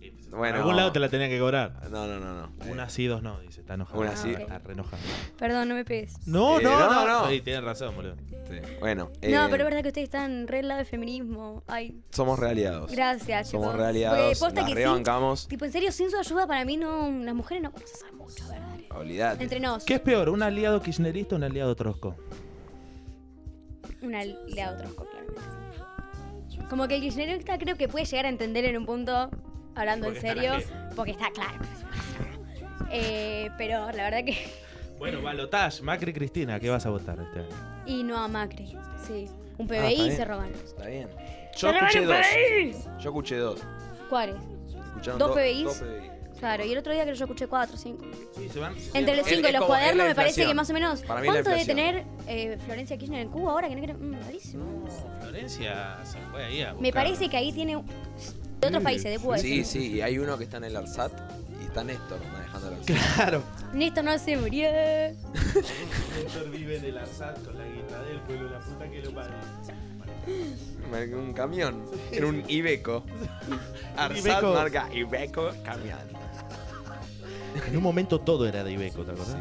A: En
B: Bueno.
A: algún lado te la tenían que cobrar.
B: No, no, no, no. Eh,
A: Una sí, dos no, dice. Está enojado.
B: Una
H: sí.
A: Está re enojado.
H: Perdón, no me pegues.
A: No,
B: Eh,
A: no,
B: no,
A: no,
B: no.
A: Sí, tienes razón, boludo.
B: sí. Bueno.
H: No,
B: eh,
H: pero es verdad que ustedes están re al lado de feminismo. Ay,
B: Somos realiados.
H: gracias, chicos.
B: Somos
H: Porque
B: realiados.
H: posta
B: Nos
H: que
B: rebancamos.
H: sin, tipo, en serio, sin su ayuda para mí no, las mujeres no podemos hacer mucho, ¿verdad?
B: Olvidate.
H: Entre nos,
A: ¿Qué es peor, un aliado kirchnerista o un aliado trosco?
H: una le a otros, claramente. Como que el kirchnerista creo que puede llegar a entender en un punto, hablando
A: Porque
H: en
A: está
H: serio,
A: la
H: porque está claro. Eh, pero la verdad que...
A: Bueno, balotage, Macri Cristina, ¿qué vas a votar este año?
H: Y no a Macri, sí. Un
B: Ah, está
H: PBI
B: bien.
H: se roban.
B: Está bien. Yo escuché dos. Yo escuché dos.
H: ¿Cuáles?
B: Escucharon
H: Dos
B: do-
H: PBIs.
B: Dos PBIs.
H: Claro, y el otro día creo que yo escuché 4 o 5.
A: Sí, se van.
H: Entre los
B: Es-
H: 5 y
B: es como-
H: los
B: es
H: cuadernos
B: la
H: me parece
B: inflación.
H: que más o menos...
B: Para mí es la
H: ¿Cuánto debe tener
B: inflación.
H: eh, Florencia Kirchner en Cuba ahora? Que no creo... Mm, rarísimo.
A: Florencia se fue ahí a buscar.
H: Me parece que ahí tiene... De otros países, de Cuba.
B: Sí,
H: eso.
B: sí. Y hay uno que está en el ARSAT y está Néstor manejando el ARSAT.
A: Claro.
H: Néstor no se murió.
A: Héctor vive en el ARSAT con la guita del pueblo, la puta que lo parió.
B: En un camión. En un Ibeco. Arsat
A: Iveco.
B: marca Ibeco camión.
A: En un momento todo era de Ibeco, ¿te acordás?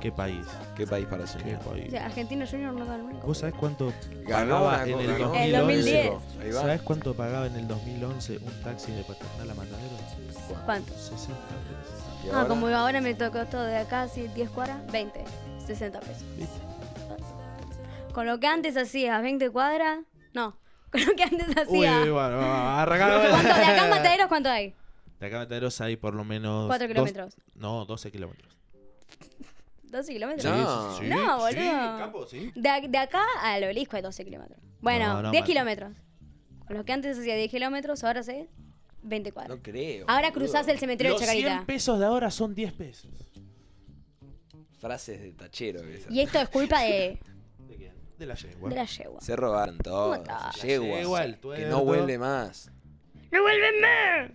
A: Qué país.
B: Qué país para soñar.
H: O
A: país.
H: sea, Argentino Junior no ganó nunca.
A: ¿Vos sabés cuánto
B: Ganó
A: pagaba
B: una
A: en
B: cosa,
A: el
B: ¿no?
H: El
A: 2011?
H: 2010.
B: Ahí va.
A: ¿Sabés cuánto pagaba en el 2011 un taxi de Paternal a Matadero?
H: ¿Cuánto?
A: 60 pesos.
B: Y
H: Ah,
B: ahora,
H: como ahora me tocó todo de acá, así 10 cuadras, 20, 60 pesos.
A: ¿Viste?
H: Con lo que antes hacías 20 cuadras, no, con lo que antes
A: Uy, eh,
H: hacías.
A: bueno, bueno, arrancamos.
H: ah. ¿Cuánto de acá en Mataderos cuánto hay?
A: De acá a Mataderos hay por lo menos.
H: Cuatro
A: dos-
H: kilómetros.
A: No, 12 kilómetros.
H: 12 kilómetros.
B: No.
A: Sí, sí,
H: No,
A: sí,
H: boludo.
A: capo, sí.
H: De, ac- de acá al obelisco hay 12 kilómetros. Bueno,
A: No, no,
H: 10
A: Mata-
H: kilómetros. Con lo que antes hacía 10 kilómetros, ahora sé 20 cuadras.
B: No creo.
H: ahora
B: boludo.
H: cruzás el cementerio
A: Los
H: de Chacarita.
A: 100 pesos de ahora son 10 pesos.
B: Frases de tachero. esas.
H: Y esto es culpa de,
A: ¿De quién? De la yegua.
H: de la yegua.
B: Se robaron todo.
H: Puta.
B: Yeguas.
A: yegua, el
B: que
A: tuerto.
B: no vuelve más.
H: ¡No vuelven más!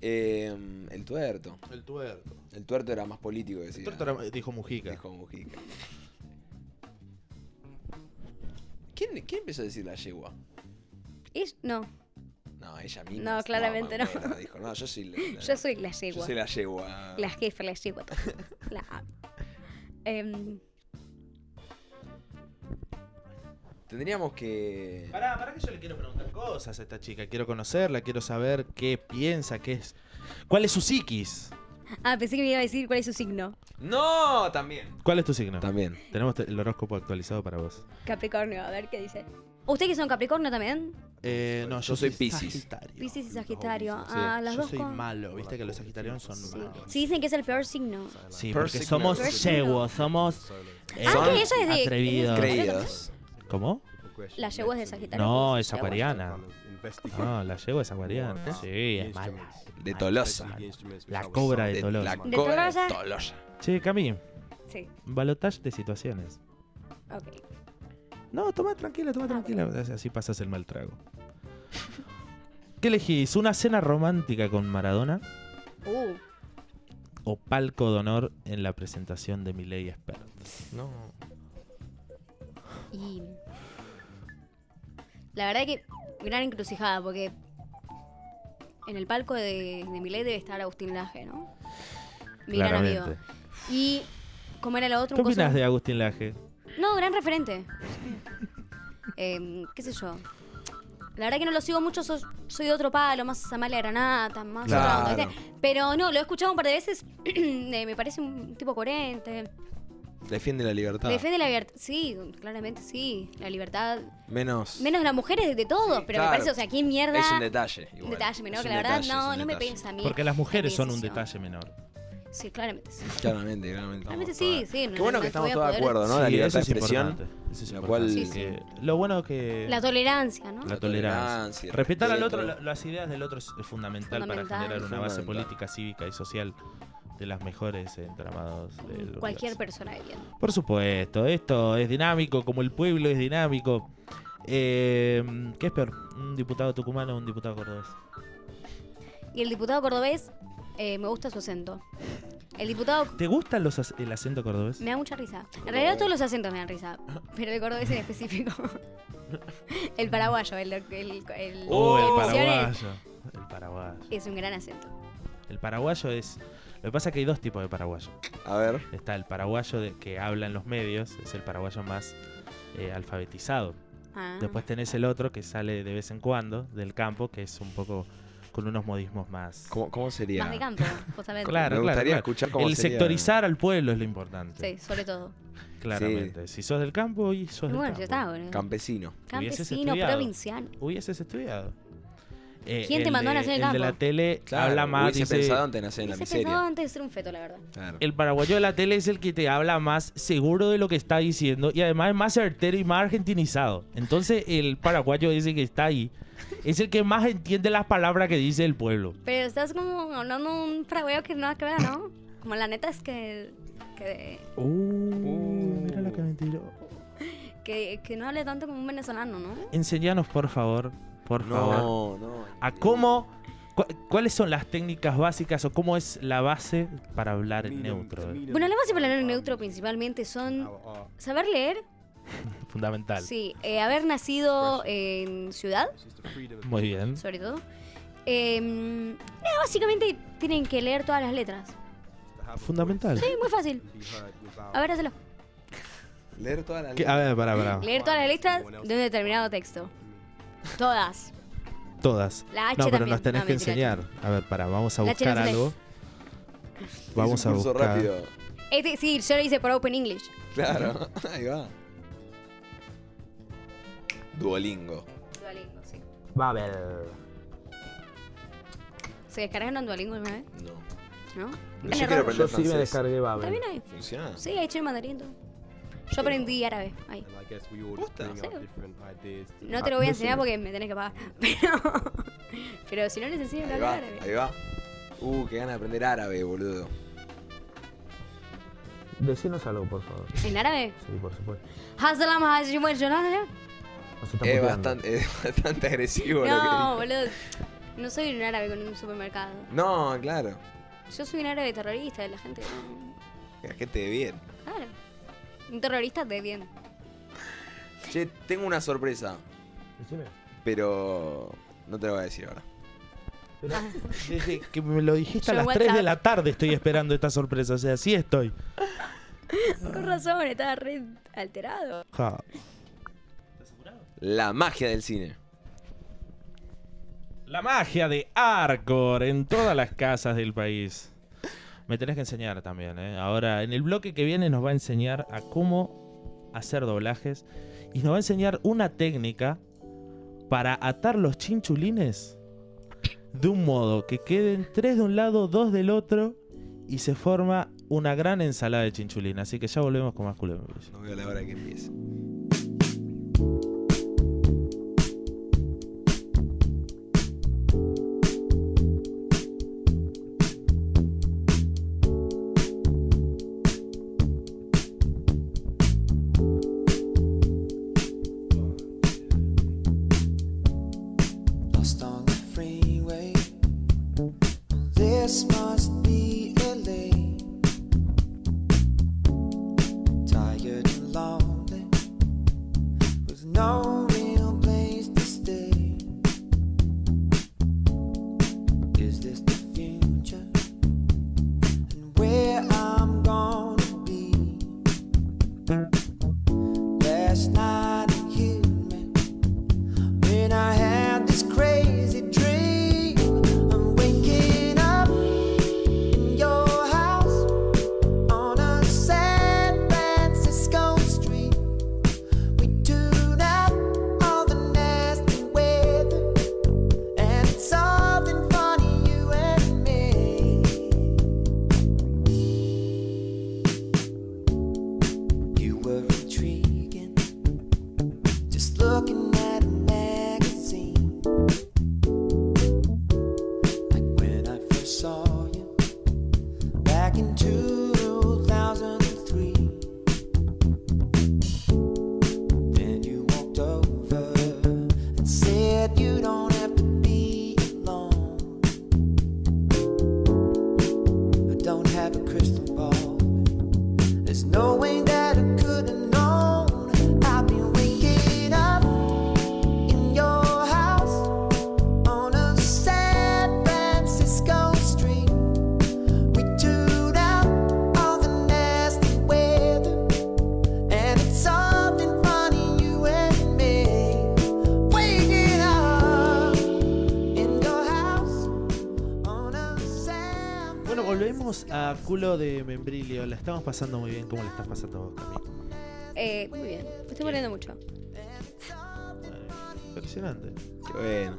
B: Eh, el tuerto.
A: El tuerto.
B: El tuerto era más político, decía.
A: El tuerto era- dijo Mujica.
B: Dijo Mujica. ¿Quién, ¿Quién empezó a decir la yegua?
H: Y, no,
B: No, ella misma.
H: No, claramente no.
B: Manuela Dijo, no, yo soy la, la-
H: yo soy la
B: yo
H: yegua.
B: soy la yegua.
H: La jefa, la yegua. todo. La amo. Em,
B: Tendríamos que.
A: Pará, pará que yo le quiero preguntar cosas a esta chica. Quiero conocerla, quiero saber qué piensa, qué es. ¿Cuál es su psiquis?
H: ah, pensé que me iba a decir cuál es su signo.
B: No, también.
A: ¿Cuál es tu signo?
B: También.
A: Tenemos te- el horóscopo actualizado para vos.
H: Capricornio, a ver qué dice. ¿Ustedes que son Capricornio también?
A: Eh, no, yo,
B: soy Piscis.
A: Sagitario.
H: Piscis y Sagitario.
A: Sí,
H: Ah, las
A: yo
H: dos
A: soy
H: con-
A: malo, viste que los sagitarios son
H: Sí.
A: malos.
H: Sí, dicen que es el peor signo.
A: Sí, porque
B: Persigna.
A: somos
H: Persigna.
A: yeguos, somos eh,
H: Ah, que Ah, ella es de-
A: atrevidos.
B: Creídos.
A: ¿Cómo?
H: La yegua es de Sagitario.
A: No,
H: porque
A: es
H: yegua.
A: acuariana. No, la yegua es acuariana. Sí, es mala.
B: De Tolosa.
A: Ah. La cobra de Tolosa.
B: La
H: ¿De
B: cobra
H: Tolosa?
B: de Tolosa.
A: Che, Cami,
H: Sí,
A: balotage de situaciones.
H: ok.
A: No, toma tranquila,
H: Ah,
A: toma tranquila. Así pasas el mal trago. ¿Qué elegís? ¿Una cena romántica con Maradona
H: Uh,
A: o palco de honor en la presentación de Miley Expert?
J: No.
H: y. La verdad que gran encrucijada, porque. En el palco de, de Milei debe estar Agustín Laje, ¿no? Mi gran amigo. Y. ¿Cómo era lo otro?
A: ¿Qué
H: Un coso-
A: opinas de Agustín Laje?
H: No, gran referente. Em, ¿Qué sé yo? La verdad que no lo sigo mucho, so- soy de otro palo, más Amalia Granata, más otra
B: Claro.
H: onda, ¿viste? Pero no, lo he escuchado un par de veces, eh, me parece un tipo coherente.
J: Defiende la libertad.
H: Defiende la libertad, sí, claramente sí, la libertad.
J: Menos.
H: Menos las mujeres de, de todos, pero
B: claro.
H: me parece, o sea, qué mierda.
B: Es un detalle.
H: Un
B: igual.
H: detalle menor,
B: Es
H: que
B: un
H: la verdad,
B: detalle, es
H: no,
B: un
H: no me
B: detalle.
H: piensa a mí.
A: Porque las mujeres
H: es
A: son un
H: decisión.
A: detalle menor.
H: Sí, claramente sí.
J: Claramente, claramente.
H: Claramente sí, sí.
B: Qué bueno que estamos todos de acuerdo, ¿no? La
A: Sí,
B: libertad
A: eso
B: de
A: es
B: expresión.
A: importante, eso es
B: la
A: importante,
B: cual-
H: Sí,
A: que- Lo bueno que
H: La tolerancia, ¿no?
A: la tolerancia.
B: tolerancia, el
A: Respetar al
B: respeto.
A: otro, la- las ideas del otro es es fundamental, para
H: Fundamental.
A: generar una base
B: Fundamental.
A: política, cívica y social de las mejores entramados del
H: Cualquier
A: universo.
H: persona de bien.
A: Por supuesto, esto es dinámico, como el pueblo es dinámico. Eh, ¿Qué es peor? ¿Un diputado tucumano o un diputado cordobés?
H: Y el diputado cordobés, eh, me gusta su acento. El diputado
A: ¿Te gusta los, ac- el acento cordobés?
H: me da mucha risa. En realidad todos los acentos me dan risa, pero el cordobés en específico. El paraguayo, el... el, el- el-
A: Oh, el
H: el Misiones,
A: paraguayo. El paraguayo.
H: Es un gran acento.
A: El paraguayo es. Lo que pasa es que hay dos tipos de paraguayo.
B: A ver.
A: Está el paraguayo de, que habla en los medios, es el paraguayo más eh, alfabetizado.
H: Ah,
A: Después tenés el otro que sale de vez en cuando del campo, que es un poco con unos modismos más.
B: ¿Cómo, cómo sería?
H: más de campo, justamente.
A: Claro,
B: Me gustaría
A: claro, claro.
B: escuchar cómo
A: El
B: sería.
A: sectorizar al pueblo es lo importante.
H: Sí, sobre todo.
A: Claramente. Si sos del campo, y sos
H: Y
A: del
H: bueno,
A: campo.
H: ya está, boludo.
B: Campesino.
A: Hubieses
H: Campesino,
A: estudiado.
H: provincial.
A: Hubieses estudiado. Eh,
H: ¿Quién te
A: el
H: mandó a
A: de-
H: nacer en
A: el
H: el
A: de la
H: campo?
A: tele
B: Claro,
A: habla más.
B: hubiese
A: dice-
B: pensado antes de nacer en la
H: Hubiese
B: miseria.
H: pensado antes de ser un feto, la verdad.
B: Claro.
A: El paraguayo de la tele es el que te habla más seguro de lo que está diciendo y además es más certero y más argentinizado. Entonces el paraguayo ese que está ahí es el que más entiende las palabras que dice el pueblo.
H: Pero estás como hablando de un paraguayo que no crea, ¿no? Como la neta es que... que
B: Uh.
A: mira la que me tiró.
H: que, que no hable tanto como un venezolano, ¿no?
A: Enseñanos, por favor, por favor,
B: No, no.
A: a cómo, cu- cuáles son las técnicas básicas o cómo es la base para hablar en neutro. eh.
H: Bueno, la base para
B: Ah.
H: hablar en neutro principalmente son
B: oh,
H: saber leer,
A: Fundamental.
H: sí, eh, haber nacido
B: Pues.
H: en ciudad,
A: Muy bien.
H: sobre todo. Eh, nada, básicamente tienen que leer todas las letras.
A: Fundamental.
H: Sí, muy fácil. A ver, hazlo.
J: Leer toda la
A: Que- A ver, pará,
B: Ah.
A: pará.
H: Leer todas las letras de un determinado texto. Todas.
A: Todas.
H: La H
A: No, pero
H: también.
A: nos tenés
H: No,
A: que
H: mentira,
A: enseñar. A ver, pará, vamos a
H: La
A: buscar
H: chile es
A: algo. Vamos
J: Hice
A: a
J: un curso
A: buscar.
J: rápido.
H: Este, sí, yo lo hice por Open English.
J: Claro, ahí va.
B: Duolingo.
H: Duolingo, sí.
A: Babel.
H: ¿Se descargaron en Duolingo alguna vez?
B: No.
H: ¿No?
B: Yo
H: Es
B: quiero
H: error.
B: aprender francés.
A: Babel.
H: También hay.
B: ¿Funciona?
H: Sí, hay chino mandarín. todo. Yo aprendí árabe ahí. No
B: Ah,
H: te lo voy a enseñar porque me tenés que pagar. Pero, pero si no les enseño
B: Ahí
H: hablar
B: va,
H: árabe.
B: ahí va. Uh, qué ganas de aprender árabe, boludo.
J: Decinos algo, por favor.
H: ¿En árabe?
J: Sí, por supuesto.
H: Hasalam hasim, bueno, yo no-
J: Eh,
B: Es bastante, es bastante agresivo lo que
H: No,
B: dijo.
H: boludo. No soy un árabe con un supermercado.
B: No, claro.
H: Yo soy un árabe terrorista de la gente. no-
B: La gente de bien.
H: Claro. Un terrorista de bien.
B: Che, tengo una sorpresa, pero no te la voy a decir ahora.
A: Desde que me lo dijiste a
H: Ah. Yo
A: las
H: en
A: 3 de
H: WhatsApp.
A: la tarde estoy esperando esta sorpresa. O sea, sí estoy.
H: Con razón, estaba re alterado.
A: Ja.
B: La magia del cine.
A: La magia de Arcor en todas las casas del país. Me tenés que enseñar también, ¿eh? Ahora, en el bloque que viene nos va a enseñar a cómo hacer doblajes y nos va a enseñar una técnica para atar los chinchulines de un modo que queden tres de un lado, dos del otro y se forma una gran ensalada de chinchulín. Así que ya volvemos con más culo de membrillo.
B: No veo la hora que empiece.
K: this must be LA. Tired and lonely, with no real place to stay. Is this the future? And where I'm gonna be? Last night it hit me when I had this crazy dream. I'm waking up in your house on a San Francisco street. We tune out all the nasty weather, and it's something funny you and me. You were intriguing, just looking at a magazine. When I first saw you back in 2003, then you walked over and said you don't have to be alone. I don't have a crystal ball. There's no way that I could have known. I've been waking up in your house on a San Francisco street. We tune out all the nasty weather, and it's something funny you and me. Waking up in your house on a San.
A: Bueno, volvemos a culo de membrilio. La estamos pasando muy bien. ¿Cómo la estás pasando vos, Cami?
H: Eh, muy bien, me estoy poniendo mucho.
A: Impresionante. Qué bueno.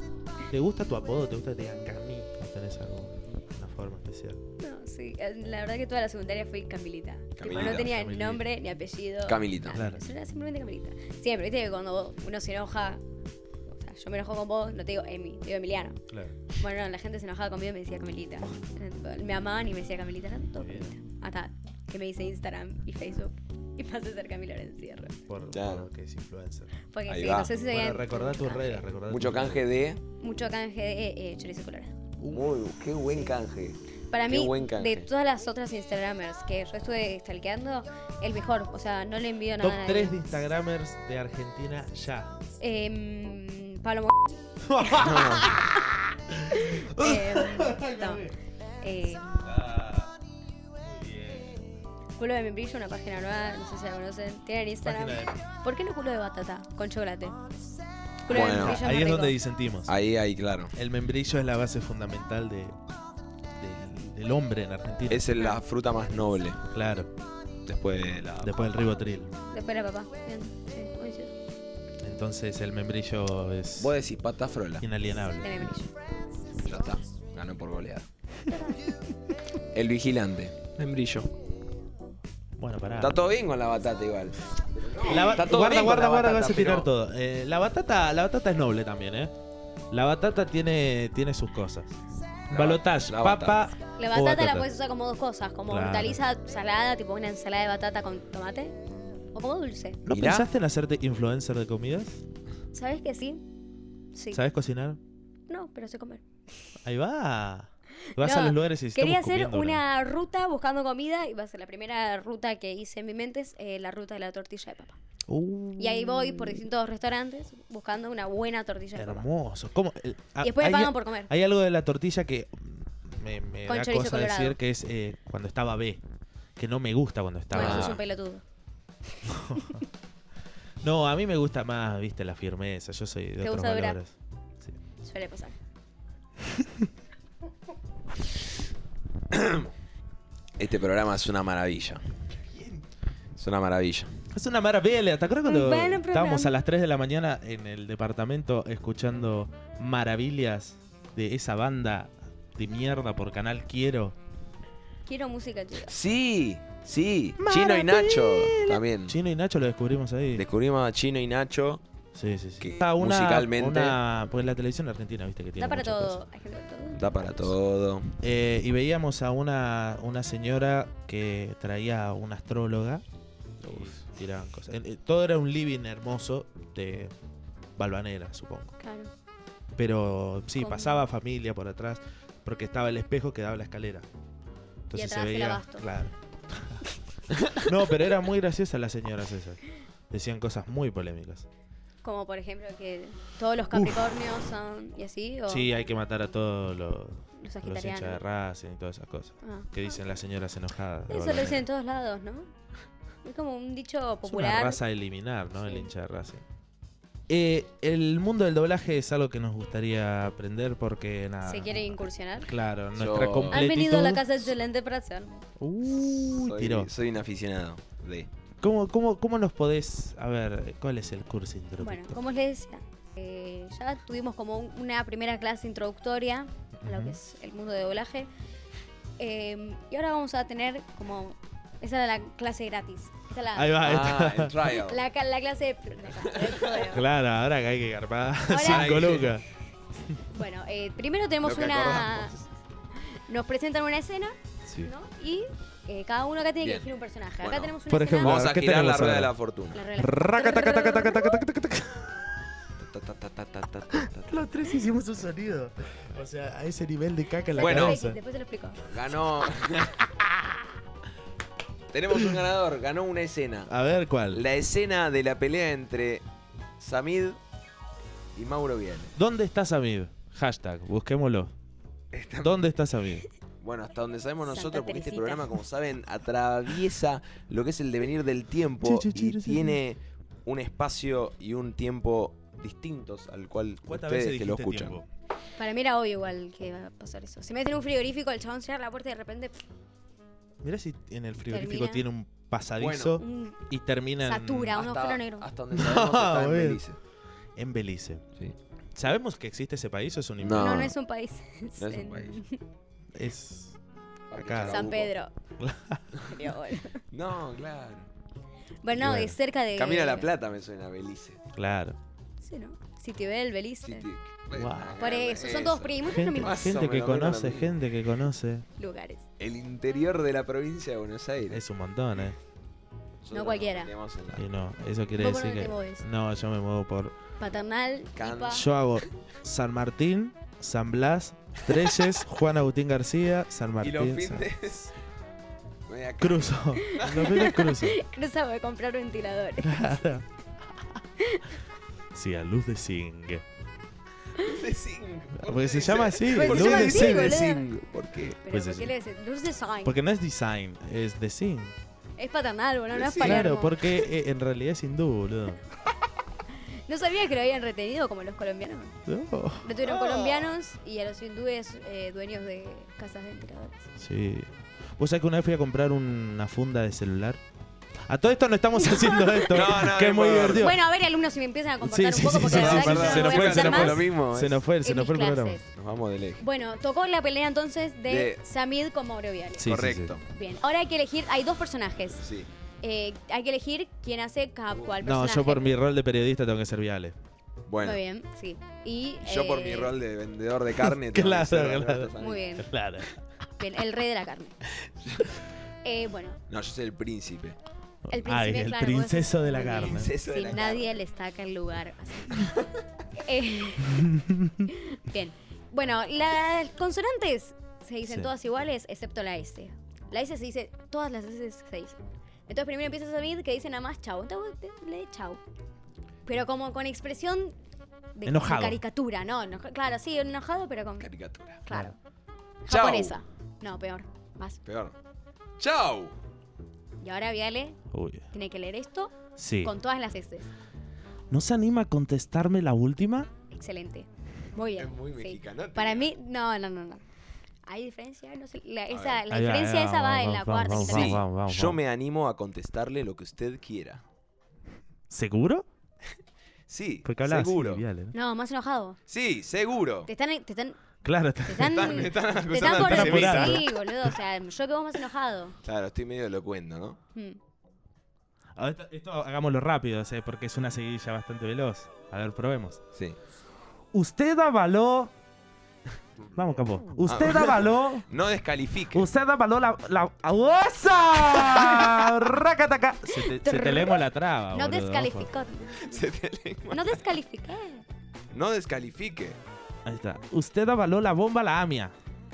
A: ¿Te gusta tu apodo? ¿Te gusta que te digan Cami? ¿O tenés alguna forma especial?
H: No, sí, eh, la verdad que toda la secundaria fui Camilita. Tipo,
A: Camilita,
H: no tenía
A: Camilita.
H: nombre ni apellido.
B: Camilita.
H: nada,
B: Claro.
H: eso Era simplemente Camilita. Siempre, viste que cuando vos- uno se enoja, o sea, yo me enojo con vos, no te digo Emi, te digo Emiliano.
A: Claro.
H: Bueno, no, la gente se enojaba conmigo y me decía Camilita. Eh, Era tipo, Me amaban y me decía Camilita, era todo Camilita. Hasta que me hice Instagram y Facebook y pasé a ser Camila Encierro.
A: Por, porque es influencer.
H: Porque Ahí sí, va. no sé si
A: bueno,
H: sabían-
A: recordá tus redes, recordá
B: Mucho
A: tus
B: canje
A: redes.
B: de.
H: Mucho canje de eh, chorizo colorado.
B: Uy, qué buen canje.
H: Para
B: Qué
H: mí,
B: buen
H: de
B: canje.
H: todas las otras Instagramers que yo estuve stalkeando, el mejor. O sea, no le envío nada
A: Top
H: a nadie.
A: 3 de Instagramers de Argentina ya.
H: Em, Pablo Mo- Em, no. Em, Culo de membrillo, una página nueva, no sé si la conocen. Tienen Instagram.
A: Página
H: ¿Por qué no culo de batata con chocolate? Culo de
A: Bueno,
H: membrillo es más
A: ahí es
H: rico.
A: donde disentimos.
B: Ahí, ahí, claro.
A: El membrillo es la base fundamental de, del- del hombre en Argentina.
B: Es el- la fruta más noble.
A: Claro.
B: Después de la.
A: Después del ribotril.
H: Después la papá. Bien, sí, uy, sí.
A: Entonces el membrillo es.
B: Vos decís pata frola.
A: Inalienable.
H: De membrillo.
B: Ya está. Ganó por goleada. el vigilante.
L: Membrillo.
A: Bueno, pará.
B: Está todo bien con la batata igual.
A: La ba-
B: Está todo
A: guarda,
B: bien con
A: guarda,
B: la
A: guarda,
B: batata,
A: vas a tirar
B: pero-
A: todo. Eh, la batata, la batata es noble también, ¿eh? La batata tiene, tiene sus cosas. Balotage,
B: la
A: papa.
H: La
A: o
H: batata,
A: batata.
H: la puedes usar como dos cosas, como
A: Claro.
H: hortaliza salada, tipo una ensalada de batata con tomate, o como dulce.
A: ¿No pensaste en hacerte influencer de comidas?
H: ¿Sabes que sí? Sí.
A: ¿Sabes cocinar?
H: No, pero sé comer.
A: Ahí va. Vas
H: No,
A: a los lugares y
H: Quería
A: estamos
H: hacer
A: comiendo, ¿no?
H: una ruta buscando comida y va a ser la primera ruta que hice en mi mente es eh, la ruta de la tortilla de papa.
A: Uh,
H: Y ahí voy por distintos restaurantes buscando una buena tortilla de papa.
A: hermoso. ¿Cómo? El- ah,
H: Y después me
A: hay-
H: pagan por comer.
A: Hay algo de la tortilla que me, me
H: Con
A: da
H: chorizo
A: cosa
H: colorado.
A: decir que es eh, cuando estaba B. Que no me gusta cuando estaba
H: Bueno,
A: B.
H: sos un pelotudo.
A: No, a mí me gusta más, viste, la firmeza. Yo soy de
H: Te
A: otros
H: gusta durar.
A: valores.
H: Suele pasar.
B: Este programa es una maravilla. Es una maravilla.
A: Es una maravilla. ¿Te acuerdas cuando
B: Un buen
A: estábamos
B: programa.
A: a las 3 de la mañana en el departamento escuchando maravillas de esa banda de mierda por canal Quiero?
H: Quiero música, chicos.
B: Sí, sí. Chino y Nacho también.
A: Chino y Nacho lo descubrimos ahí.
B: Descubrimos a Chino y Nacho.
A: Sí, sí, sí.
B: Que
A: Está una-
B: musicalmente
A: una- pues la televisión argentina, viste que tiene.
H: Da para
A: muchas cosas.
H: todo. Hay gente para todo.
B: da para todo.
A: Eh, y veíamos a una, una señora que traía a una astróloga. y tiraban cosas. Eh, eh, Todo era un living hermoso de Balvanera, supongo.
H: Claro.
A: Pero sí,
H: Con-
A: pasaba familia por atrás. porque estaba el espejo que daba la escalera. Entonces se
H: atrás el
A: veía.
H: abasto.
A: Claro. no, pero era muy graciosa las señoras esas. Decían cosas muy polémicas.
H: Como por ejemplo que todos los Capricornios son y así. O...
A: Sí, hay que matar a todos los, los
H: sagitarianos.
A: hinchas de Racing y todas esas cosas.
H: Ah.
A: Que dicen las señoras enojadas.
H: Eso lo dicen en todos lados, ¿no? Es como un dicho
A: Es una
H: popular.
A: raza a eliminar, ¿no? El hincha de Racing. Eh, el mundo del doblaje es algo que nos gustaría aprender porque nada.
B: Ah,
H: ¿Se quiere incursionar?
A: Claro,
B: Yo-
A: nuestra completitud.
H: Han venido a la casa excelente para hacer.
A: Uy,
B: soy,
A: tiró.
B: soy un aficionado de.
A: ¿Cómo, cómo, ¿Cómo nos podés.? A ver, ¿cuál es el curso
H: Bueno,
A: introductorio?
H: como les decía, eh, ya tuvimos como un- una primera clase introductoria a lo
A: Ujú.
H: que es el mundo de doblaje. Eh, y ahora vamos a tener como. Esa era la clase gratis. Esa es la,
A: Ahí va, ahí
B: Ah,
A: está.
B: el trial.
H: La, ca- la clase de. pr- de prueba.
A: Claro, ahora que hay que garpar
H: Ahora-
A: cinco lucas.
H: Bueno, eh, primero tenemos
B: Lo que
H: una.
B: acordamos.
H: Nos presentan una escena ¿no? y eh, cada uno acá tiene
B: Bien.
H: que elegir un personaje.
B: Bueno,
H: acá tenemos una
A: por
H: escena.
A: ejemplo,
B: Vamos a
A: ¿qué
B: girar
A: tenemos
B: la rueda
A: ahora?
B: de la fortuna.
H: La regla.
A: Raca, taca, taca, taca, taca, taca, taca, taca.
B: Ta, ta, ta, ta, ta, ta, ta, ta.
A: Los tres hicimos un sonido. O sea, a ese nivel de caca en la
B: Bueno.
A: cabeza.
H: Después se lo explico.
B: Ganó. Tenemos un ganador, ganó una escena.
A: A ver cuál.
B: La escena de la pelea entre Samid y Mauro Viale.
A: ¿Dónde está Samir? Hashtag, busquémoslo. ¿Dónde está Samir?
B: Bueno, hasta donde sabemos
H: Santa
B: nosotros, porque este
H: Teresita.
B: programa, como saben, atraviesa lo que es el devenir del tiempo
A: Chu, chu, chu,
B: y
A: chu, chu.
B: tiene un espacio y un tiempo distintos al cual ustedes que lo escuchan.
H: Para mí era obvio igual que iba a pasar eso. Se mete en un frigorífico, el chabón cierra la puerta y de repente
A: Mirá si en el frigorífico
H: Termina.
A: tiene un pasadizo
H: mm,
A: y termina en-
H: satura, un agujero negro.
B: hasta donde sabemos está en
A: Muy bien.
B: Belice.
A: en Belice.
B: Sí.
A: ¿Sabemos que existe ese país o es un invento?
H: No,
B: No.
H: no es un país.
B: No es un
H: en
B: país.
A: Es.
B: Acá.
H: San
B: Arauco.
H: Pedro. Creo, bueno.
B: No, claro.
H: Bueno,
A: Bueno.
H: es cerca de.
B: Camino a la Plata me suena Belice.
A: Claro.
H: Sí, ¿no? Citibel, Belice.
B: City.
A: Guau.
H: eh. Por eso, son todos primos, no
A: Gente,
H: mismos
B: Más
A: gente
B: o
A: que
B: menos, menos
A: conoce,
B: la misma.
A: gente que conoce.
H: lugares.
B: El interior de la provincia de Buenos Aires.
A: Es un montón, ¿eh?
B: Nosotros
H: cualquiera.
B: nos metemos en la-
A: Y no, eso quiere
H: ¿Vos por
A: decir
H: dónde
A: que.
H: te Ah. movés?
A: No, yo me muevo por.
H: Paternal,
B: Can-
H: Ipa.
A: Yo hago San Martín, San Blas, Treyes, Juan Agustín García, San
B: Y
A: Martín.
B: los
A: San-
B: fines. media ca-
A: Cruzo. Los fines cruzo.
H: Cruza voy a comprar ventiladores.
A: Sí, a luz de zinc.
B: de zinc. ¿Por
A: Porque
B: qué
A: Pues se
B: dice-
A: llama así,
H: Porque
B: ¿Por
A: luz
B: qué
H: Pues se llama
A: de
H: así,
A: zinc.
H: boludo.
B: de zinc? ¿Por qué?
H: Pero
A: Pues
H: ¿por
A: sí.
H: qué le decís? Dulce Sign.
A: Porque no es design, es de zinc.
H: Es paternal, boludo, no es
B: Sí.
H: Palermo.
A: Claro, porque eh, en realidad es hindú, boludo.
H: No sabía que lo habían retenido como los colombianos.
A: No.
B: Oh.
H: Retuvieron colombianos y a los hindúes eh, dueños de casas de ventiladores.
A: Sí. Vos sabés que una vez fui a comprar una funda de celular. A todo esto no estamos haciendo esto, ¿eh?
B: No, no,
A: que
B: no,
A: es muy
B: por favor.
A: divertido.
H: Bueno, a ver, alumnos, si me empiezan a
A: Sí,
H: comportar
A: sí,
H: un poco,
A: sí,
H: porque
A: sí,
H: la
A: sí,
H: verdad
A: perdón,
H: que
A: se
H: yo no
A: nos
H: voy
A: fue,
H: a
A: se
H: hacer
A: nos fue.
H: más
B: lo mismo.
A: se
B: es-
A: nos fue, se
H: en
A: nos
H: mis
A: fue el programa.
H: clases.
B: Nos vamos del eje.
H: Bueno, tocó la pelea entonces de
B: De-
H: Samid con Mauro Viale.
A: Sí,
B: Correcto.
H: Bien, ahora hay que elegir, hay dos personajes.
B: Sí.
H: Eh, hay que elegir quién hace cada cual
A: No,
H: personaje.
A: yo por mi rol de periodista tengo que ser ¿eh? viale.
B: Bueno.
H: Muy bien, sí. Y,
B: Yo por
H: eh,
B: mi rol de vendedor de carne. tengo
A: Claro,
B: que ser Alberto
A: claro.
B: Samid.
H: Muy bien,
A: Claro.
H: bien, el rey de la carne. Eh, bueno,
B: No, yo soy el príncipe.
H: el príncipe,
A: Ay, el
H: claro,
A: princeso
H: vos-
A: de la
H: Muy bien.
A: carne.
B: Princeso de
H: Sí,
B: la
H: nadie le saca el lugar. así. Eh, bien. Bueno, las consonantes se dicen
A: Sí.
H: todas iguales, excepto la S. La S se dice, todas las S se dicen. Entonces primero empiezas a salir que dicen nada más chau. Entonces vos te- lee chau. Pero como con expresión de
A: Enojado.
H: de caricatura, ¿no? enoja- claro, sí, enojado, pero con...
B: Caricatura.
H: Claro.
B: Chau.
H: Japonesa. No, peor. Más.
B: Peor. ¡Chau!
H: Y ahora Viale
A: Uy.
H: tiene que leer esto
A: Sí.
H: con todas las S.
A: ¿No se anima a contestarme la última?
H: Excelente. Muy bien.
B: Es muy
H: sí.
B: mexicano.
H: Para mí, no, no, no, no. Hay diferencia, no sé, la, esa, la
A: Ahí va,
H: diferencia
A: ahí va,
H: esa va
A: vamos,
H: en la
A: vamos,
H: cuarta.
A: vamos,
H: quinta,
B: Sí,
H: sexta.
A: vamos, vamos,
B: yo
A: vamos.
B: me animo a contestarle lo que usted quiera.
A: ¿Seguro?
B: Sí,
A: Porque hablaba así, ¿eh?
B: seguro.
A: viale, ¿no?
H: No, más enojado.
B: Sí, seguro.
H: Te están, te están,
A: Claro, está-
H: te están,
B: están- me están
H: te
B: acusando
H: Mm. están
B: de
H: por
A: antisemita.
H: sí, boludo. O sea, yo que vos más enojado.
B: Claro, estoy medio elocuendo, ¿no?
H: Mm.
A: A ver, Esto, esto hagámoslo rápido, o sea, porque es una seguidilla bastante veloz. A ver, probemos.
B: Sí.
A: Usted avaló. Vamos, campo.
B: Ah,
A: Usted avaló.
B: No descalifique.
A: Usted avaló la. la... ¡Osa! ¡Racataca! Se te, se te lengua la traba,
H: No
A: Ah, boludo, ojo.
H: descalificó.
B: Se te lengua.
H: No descalifiqué.
B: No descalifique.
A: Ahí está. Usted avaló la bomba la AMIA.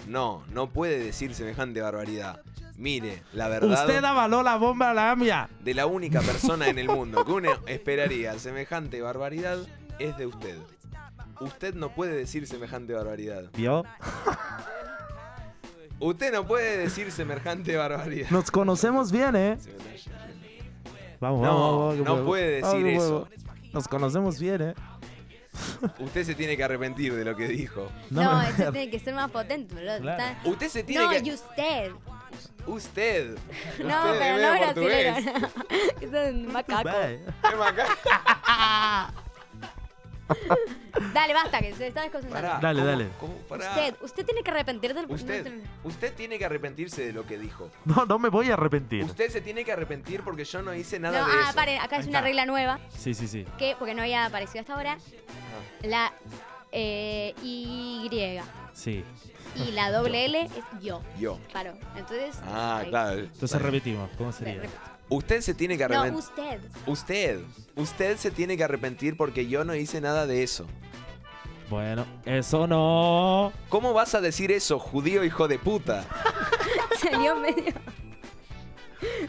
B: No, no puede decir semejante barbaridad. Mire, la verdad
A: Usted avaló la bomba a la AMIA.
B: de la única persona en el mundo que uno esperaría semejante barbaridad es de usted. Usted no puede decir semejante barbaridad.
A: ¿Vio?
B: Usted no puede decir semejante barbaridad.
A: Nos conocemos bien, ¿eh? Vamos,
B: No,
A: vamos, vamos, que
B: no
A: puedo.
B: puede
A: Vamos, que
B: decir
A: puedo. Nos conocemos bien, ¿eh?
B: Usted se tiene que arrepentir de lo que dijo.
H: No,
A: me-
H: eso tiene que ser más potente, boludo.
B: Claro.
H: Está-
B: Usted se tiene
H: no,
B: que-
H: y usted.
B: Usted.
H: No,
B: Usted
H: pero
B: es
H: no
B: portugués.
H: brasileño. Eso es un macaco.
B: Es macaco.
H: Dale, basta, que se está desconcentrando.
B: Pará,
A: Dale,
B: ¿cómo-
A: dale.
B: cómo? Pará.
H: Usted, usted tiene que arrepentirse del
B: Usted, usted tiene que arrepentirse de lo que dijo.
A: No, no me voy a arrepentir.
B: Usted se tiene que arrepentir porque yo no hice
H: No,
B: nada de
H: ah,
B: eso.
H: pare, acá es
A: Ahí
H: una
A: está.
H: regla nueva
A: Sí, sí, sí.
H: que, porque no había aparecido hasta ahora,
B: Ah.
H: la eh, Y
A: Sí.
H: y la doble L es yo.
B: Yo.
H: Paro. Entonces.
B: Ah,
H: ahí.
B: claro.
A: Entonces repetimos. ¿Cómo sería?
B: Usted se tiene que
H: No,
B: arrepentir.
H: usted.
B: usted. Usted se tiene que arrepentir porque yo no hice nada de eso.
A: Bueno, eso no.
B: ¿Cómo vas a decir eso, judío hijo de puta?
H: Salió medio.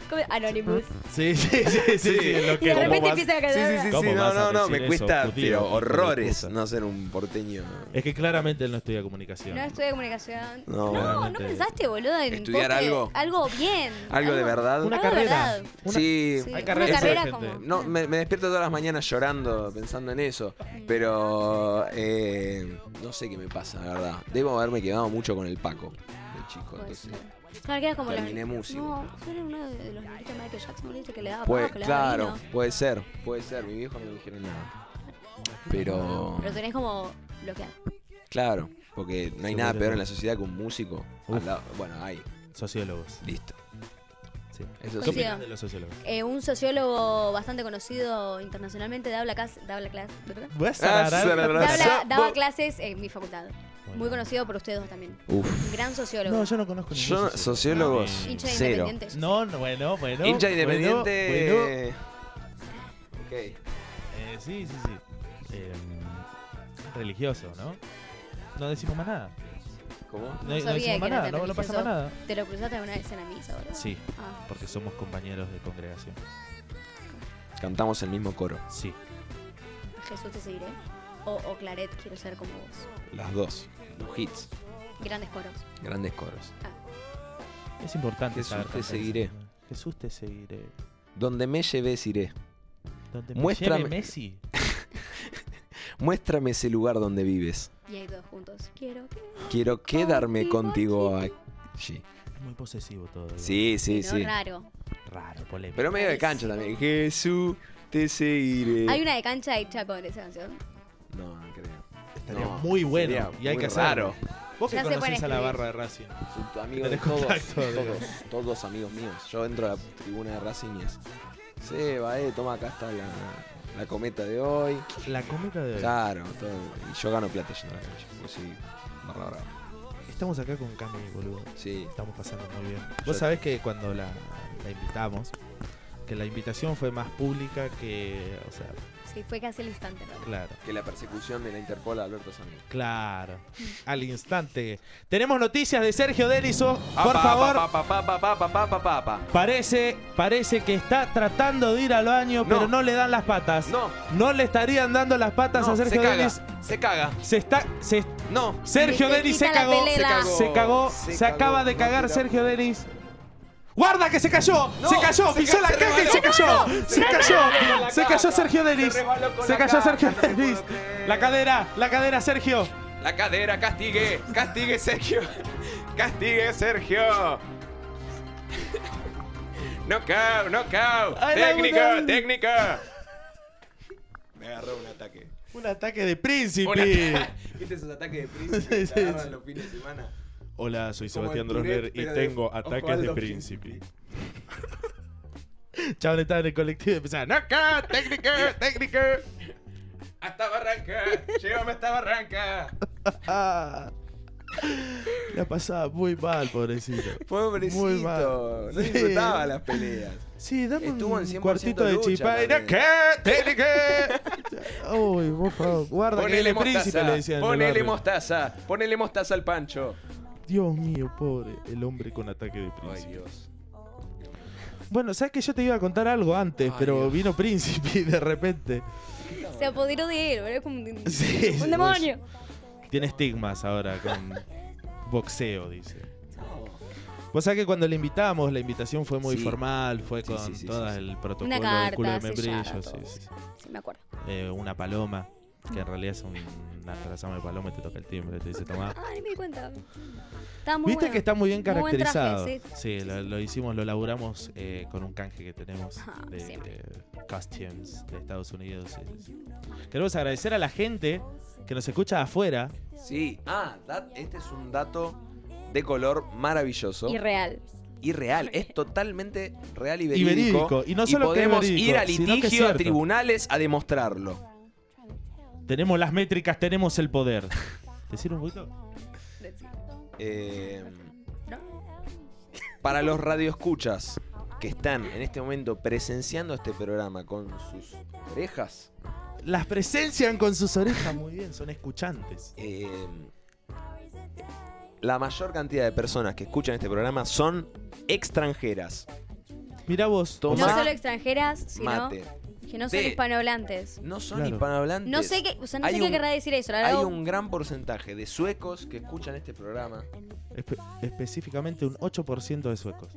H: como Anonymous.
A: Sí, sí, sí, sí. sí, lo
H: Y de
A: que...
B: ¿Cómo
H: repente
B: vas-
H: empieza a
B: Sí,
H: caer.
B: sí, sí,
A: ¿Cómo
B: sí, no,
A: vas a
B: no, no,
A: decir
B: me
A: eso,
B: cuesta,
A: judío, hijo
B: pero
A: de
B: horrores
A: puta? Eh,
B: no ser un porteño.
A: Es que claramente él no estudia comunicación.
H: No estudié comunicación.
B: No,
H: No, no
A: claramente.
H: pensaste, boludo, en
B: Estudiar
H: poste-
B: algo.
H: Algo bien.
B: Algo de verdad.
A: Una
H: algo de
A: carrera.
H: verdad.
A: Una-
B: Sí,
H: Sí,
A: Hay
H: una
A: carreras de
H: carrera
A: gente.
H: como.
B: No, me, me despierto todas las mañanas llorando pensando en eso. Pero eh, no sé qué me pasa, la verdad. Debo haberme quedado mucho con el Paco, el chico.
H: Puede
B: Entonces,
H: ser. Claro, que era como
B: Terminé
H: los...
B: músico.
H: No, era uno de los negritos de Michael Jackson, ¿viste? Que le daba
B: puede-
H: paja, que le daba
B: claro,
H: vino.
B: puede ser, puede ser. Mi viejo no me dijeron nada. Pero,
H: Pero tenés como bloqueado.
B: claro, porque no hay nada
A: Seguro.
B: peor en la sociedad que un músico. al
A: Uf.
B: lado- Bueno, hay,
A: Sociólogos.
B: listo.
A: Sí.
B: Eso
A: ¿Qué
B: sí.
H: Coincido.
A: opinas de los sociólogos?
H: Eh, un sociólogo bastante conocido internacionalmente daba, la cas- daba, la clas- ¿verdad?
A: ¿Vas
B: Ah,
H: daba,
B: Raza-
H: la- daba
B: bo-
H: clases en mi facultad. Muy conocido por ustedes dos también.
B: Uf.
H: Un gran sociólogo.
A: No, yo no conozco ningún
B: Yo, no- sociólogos,
A: Ah, bien.
H: Hincha
B: cero.
H: independiente. yo
A: No, no, bueno, bueno.
B: Hincha
A: bueno,
B: independiente.
A: bueno.
B: Ok.
A: Eh, sí, sí, sí. Eh, religioso, ¿no? No decimos más nada.
B: ¿Cómo?
A: No,
H: No
A: no
H: sabía
A: decimos más
H: que era
A: nada,
H: tan
A: no, no pasa más
H: religioso.
A: nada.
H: sé. ¿Te lo cruzaste alguna vez en la misa, verdad?
A: Sí,
H: Ah,
A: porque somos compañeros de congregación.
B: Cantamos el mismo coro,
A: Sí,
H: Jesús te seguiré. O, o Claret, quiero ser como vos.
B: las dos. Los hits,
H: Grandes coros.
B: grandes coros.
A: es importante.
B: Jesús,
A: saber
B: te
A: cantar ese
B: seguiré.
A: tema. Jesús te seguiré.
B: Donde me lleves iré.
A: Donde me
B: Muéstrame-
A: lleve Messi.
B: Muéstrame ese lugar donde vives.
H: Y ahí todos juntos. Quiero que.
B: Quiero quedarme contigo allí.
A: Es muy posesivo todo. ¿no?
B: Sí,
H: Sí,
B: sí, sí.
H: raro.
A: Raro, polémico.
B: Pero medio de cancha también. Jesús, te
H: Hay
B: seguiré.
H: una de cancha hecha con esa canción.
B: No, no creo.
A: Estaría
B: No,
A: muy bueno.
B: sería
A: y hay
B: muy
A: que
B: raro.
A: hacerlo. Vos que
H: Ya se pueden
A: conocés a la
H: escribir.
A: barra de Racing.
B: Soy tu amigo de
A: Tenés
B: todos,
A: contacto, digo.
B: todos, todos amigos míos. Yo entro a la tribuna de Racing y es. Sí, va, eh, toma acá está la, la cometa de hoy.
A: La cometa de hoy.
B: Claro, todo. Y yo gano plata yendo a la cancha. Pues sí, barra brava.
A: Estamos acá con Cami, boludo.
B: Sí,
A: Estamos pasando muy bien.
B: Yo-
A: Vos sabés que cuando la, la invitamos, que la invitación fue más pública que. O sea,
H: Sí, fue casi el instante. ¿no?
A: claro.
B: que la persecución de la Interpol a Alberto Samir.
A: Claro. Al instante. Tenemos noticias de Sergio Deliso. Por
B: Apa,
A: favor.
B: apa, apa, apa, apa, apa, apa, apa, apa.
A: Parece, parece que está tratando de ir al baño,
B: No.
A: pero no le dan las patas.
B: No,
A: No le estarían dando las patas
B: no,
A: a
B: se
A: Sergio
B: caga,
A: Delis.
B: se caga,
A: Se está. se-
B: no.
A: Sergio
H: Necesita
A: Delis se
H: la
A: cagó.
H: pelea.
B: Se cagó.
A: Se cagó. Se,
B: cagó.
A: acaba de
B: No
A: cagar
B: tira-
A: Sergio Delis. ¡Guarda que se cayó!
B: No,
A: ¡Se cayó!
B: se
A: ¡Pisó
B: ca-
A: la
B: se
A: caja y
B: resbaló.
A: se cayó!
B: No,
A: ¡Se
B: se
A: cayó!
B: resbaló con la
A: ¡Se cayó
B: caja.
A: Sergio Delis!
B: Se resbaló con
A: ¡Se
B: la
A: cayó
B: caja,
A: Sergio
B: no te
A: Delis!
B: puedo creer.
A: ¡La cadera! ¡La cadera, Sergio!
B: La cadera, castigue, castigue Sergio, castigue Sergio. Knockout, knockout,
A: Ay, la
B: técnico,
A: puta.
B: técnico. Me agarró un ataque.
A: Un ataque de
B: Un
A: príncipe.
B: ata- ¿Viste esos ataques de príncipe que
A: Sí,
B: te
A: sí,
B: agarran
A: sí.
B: los fines de semana?
A: Hola, soy
B: Como el Tourette, pero de- ojo a los
A: Chaval estaba en el colectivo y empezaba ¡Knockout! ¡Técnico! ¡Técnico!
B: Hasta Barranca, llévame hasta Barranca.
A: Ah. La pasaba muy mal, pobrecito.
B: Pobrecito,
A: Muy mal.
B: no
A: Sí.
B: disfrutaba las peleas.
A: Sí, dame
B: Estuvo en
A: un
B: 100%
A: cuartito de
B: lucha
A: chipá. y
B: también.
A: ¡Knockout! ¡Técnico! Uy, por favor, guarda que
B: Ponele
A: el príncipe
B: mostaza,
A: le decían. en el
B: ponele
A: barrio.
B: mostaza, ponele mostaza al pancho.
A: Dios mío, pobre, el hombre con ataque de príncipe.
B: Dios.
A: Bueno, sabes que yo te iba a contar algo antes, pero vino príncipe y de repente.
H: Se apoderó de él, ¿verdad? Como un,
A: Sí,
H: un
A: sí,
H: demonio.
A: Tiene estigmas ahora con boxeo, dice. Vos sabés que cuando le invitamos, la invitación fue muy
H: Sí.
A: formal, fue con
H: sí, sí,
A: todo
H: sí, sí.
A: el protocolo
H: Una
A: del culo
H: carta,
A: de membrillo,
H: sellada,
A: sí,
H: todo.
A: sí.
H: Sí, me acuerdo.
A: Eh, una paloma, que en realidad es un- una trazama de paloma y te toca el timbre, te dice tomá.
H: Ah, ni me di cuenta. Estaba muy
A: Viste
H: bueno.
A: que está muy bien
H: Muy buen traje,
A: caracterizado. sí,
H: sí.
A: lo, lo hicimos, lo laburamos eh, con un canje que tenemos
H: Ajá,
A: de
H: siempre.
A: eh, Costumes de Estados Unidos. sí, sí, sí. Queremos agradecer a la gente que nos escucha afuera.
B: Sí, ah, dat- este es un dato de color maravilloso.
H: Y real.
B: Irreal, es totalmente real y
A: Y
B: verídico.
A: verídico, y no solo que es
B: podemos
A: verídico,
B: ir a
A: sino que es
B: litigio, a
A: cierto.
B: tribunales a demostrarlo.
A: Tenemos las métricas, tenemos el poder. ¿Decir un poquito?
B: Eh, para los radioescuchas que están en este momento presenciando este programa con sus orejas,
A: Las presencian con sus orejas muy bien, son escuchantes.
B: eh, la mayor cantidad de personas que escuchan este programa son extranjeras.
A: Mirá vos,
B: Tomá,
H: No solo extranjeras, sino
B: mate.
H: que no son
B: Té.
H: hispanohablantes.
B: No son
A: Claro.
B: hispanohablantes.
H: No sé qué, o sea, no
B: Hay
H: sé qué
B: un-
H: querrá decir eso. La
B: Hay
H: verdad,
B: un gran porcentaje de suecos que escuchan este programa.
A: Espe- específicamente un 8% de suecos.